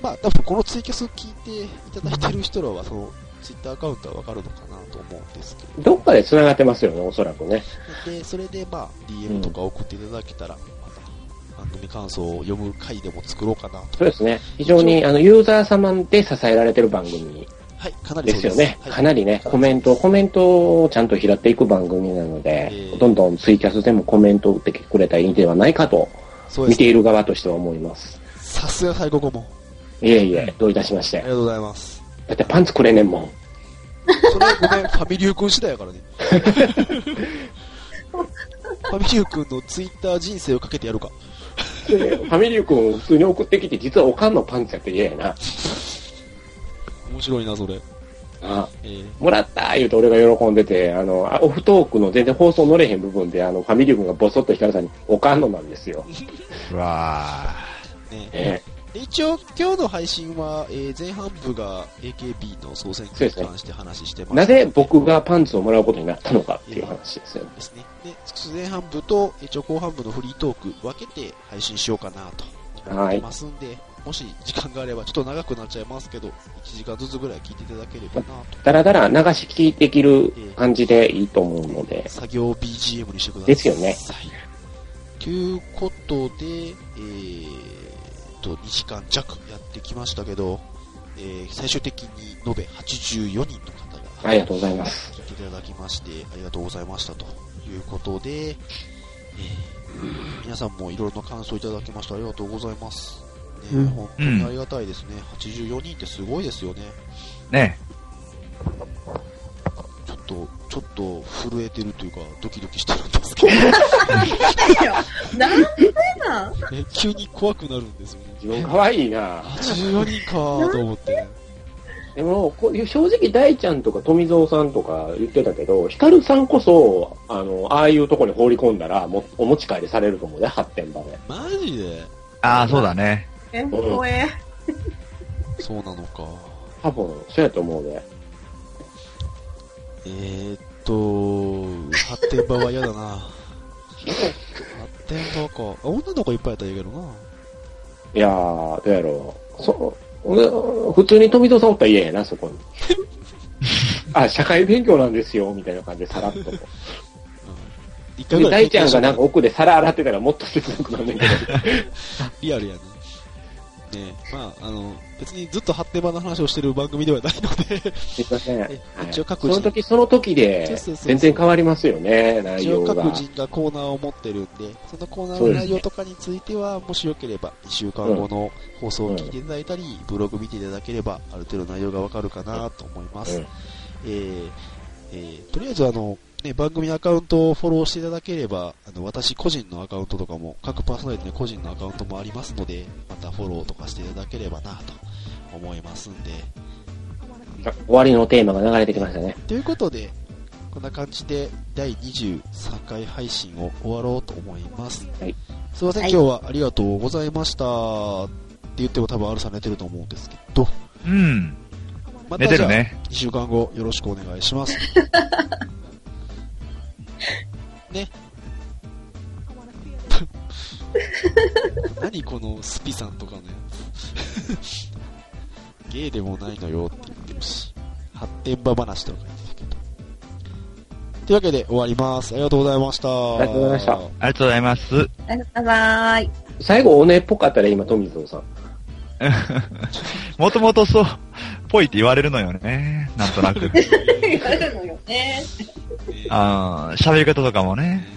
Speaker 1: まあ、多分このツイキャスを聞いていただいてる人らは、その、ツイッターアカウントはわかるのかなと思うんですけど。
Speaker 5: どっかで繋がってますよね、おそらくね。
Speaker 1: で、それでまあ、DM とか送っていただけたら、また、番組感想を読む回でも作ろうかなと。
Speaker 5: そうですね。非常に、あの、ユーザー様で支えられてる番組
Speaker 1: はい、かなり
Speaker 5: で
Speaker 1: そう
Speaker 5: す
Speaker 1: で
Speaker 5: よ
Speaker 1: す。
Speaker 5: ね。
Speaker 1: はい
Speaker 5: かなりね、コメント、コメントをちゃんと拾っていく番組なので
Speaker 1: ええ、
Speaker 5: どんどんツイキャスでもコメントを打ってくれたらいいんではないかと、
Speaker 1: そうで
Speaker 5: 見
Speaker 1: す
Speaker 5: て。いる側としては思います。
Speaker 1: さすが最後も。
Speaker 5: いえいえ、どういたしまし
Speaker 1: あ
Speaker 5: て
Speaker 1: り。がとうございます。
Speaker 5: だってパンツくれねんもん。
Speaker 1: それはごめん、ファミリュー君次第や からね。ファミリュー君のツイッター人生をかけてやるか。
Speaker 5: でファミリー君を普通に送ってきて、実はおかんのパンツやって嫌やな。
Speaker 1: 面白いな、それ。
Speaker 5: あ
Speaker 1: えー
Speaker 5: もらった言うと俺が喜んでて、あの、あオフトークの全然放送乗れへん部分で、あの、ファミリー君がボソッと光さんに、おかんのなんですよ。
Speaker 2: うわ
Speaker 1: ね
Speaker 5: え
Speaker 1: で一応、今日の配信は、えー前半部が AKB の総選挙に関して話してま
Speaker 5: え
Speaker 1: した
Speaker 5: なぜ僕がパンツをもらうことになったのかっていう話ですよね。
Speaker 1: ですね。で、前半部と一応後半部のフリートーク分けて配信しようかなと思ってますんで、もし時間があれば、ちょっと長くなっちゃいますけど、1時間ずつぐらい聞いていただければなと。
Speaker 5: だらだら流し聞いてきる感じでいいと思うので、
Speaker 1: 作業 BGM にしてください。
Speaker 5: ですよね
Speaker 1: はい。ということで、えー、と、2時間弱やってきましたけど、えー、最終的に延べ84人の方が、
Speaker 5: ありがとうございます。
Speaker 1: 聞いていただきまして、ありがとうございましたということで、えー皆さんもいろいろな感想いただきましてありがとうございます。ね
Speaker 6: うん
Speaker 1: 本当にありがたいですね。84人ってすごいですよね。
Speaker 2: ーね
Speaker 1: ちょっと、ちょっと震えてるというか、ドキドキしてるんですけど、
Speaker 3: なんでなん
Speaker 1: ね 急に怖くなるんですよね。
Speaker 5: 自分可愛いな
Speaker 1: 84人かーと思って。
Speaker 5: でも、こういう正直大ちゃんとか富蔵さんとか言ってたけど、ヒカルさんこそ、あの、ああいうとこに放り込んだら、もお持ち帰りされると思うね、発展場で。
Speaker 1: マジで
Speaker 2: ああ、そうだね。
Speaker 3: え、怖え。
Speaker 1: そうなのか。
Speaker 5: 多分、そうやと思うね。
Speaker 1: えー、っと、発展場は嫌だな。発展場か。あ女の子いっぱいやったらいいけどな。
Speaker 5: いやー、どうやろう。そう、俺普通に富蔵さんおったら嫌やな、そこに。あ、社会勉強なんですよ、みたいな感じでさらっと。
Speaker 1: 一
Speaker 5: で、大ちゃんが
Speaker 1: 経験した
Speaker 5: なんか奥で皿洗ってたらもっと切なくなんねんけど。
Speaker 1: リアルやね。ねえまあ、あの、別にずっと発展場の話をしてる番組ではないので、
Speaker 5: すいません。はい
Speaker 1: 一応各
Speaker 5: そ
Speaker 1: 自
Speaker 5: の時その時
Speaker 1: そう
Speaker 5: で
Speaker 1: そうそう、そう
Speaker 5: 全然変わりますよね、内
Speaker 1: 一応
Speaker 5: 容
Speaker 1: 各
Speaker 5: が。
Speaker 1: 人がコーナーを持ってるんで、そのコーナー
Speaker 5: そう
Speaker 1: の
Speaker 5: ですね
Speaker 1: 内容とかについては、もしよければ、2週間後の放送を聞いていただいたり、ブログ見ていただければ、ある程度内容がわかるかなと思います。
Speaker 5: うん
Speaker 1: えーえーとりあえずあの、ね、番組のアカウントをフォローしていただければ、あの、私個人のアカウントとかも、各パーソナリティの個人のアカウントもありますので、またフォローとかしていただければなと思いますんで。
Speaker 5: あ終わりのテーマが流れてきましたね。
Speaker 1: ということで、こんな感じで第23回配信を終わろうと思います。
Speaker 5: はい
Speaker 1: すいません、
Speaker 3: はい
Speaker 1: 今日はありがとうございましたって言っても多分 R さん寝てると思うんですけど、
Speaker 2: うん。
Speaker 1: ま
Speaker 2: 寝
Speaker 1: た
Speaker 2: て
Speaker 1: じゃ
Speaker 2: る
Speaker 1: あ2
Speaker 2: ね。
Speaker 1: 週間後よろしくお願いし ます。 ね。何このスピさんとかのや つ。ゲイでもないのよって言ってるし、発展場話とか言ってたけど。というわけで終わります。ありがとうございました。
Speaker 5: ありがとうございました
Speaker 2: ありがとうございます。
Speaker 3: バイバーイ。
Speaker 5: 最後、おねっぽかったら今、富蔵さん。
Speaker 2: もともとそう、ぽいって言われるのよ ね。なんとなく。
Speaker 3: 言われるのよね。
Speaker 2: あー喋り方とかもね。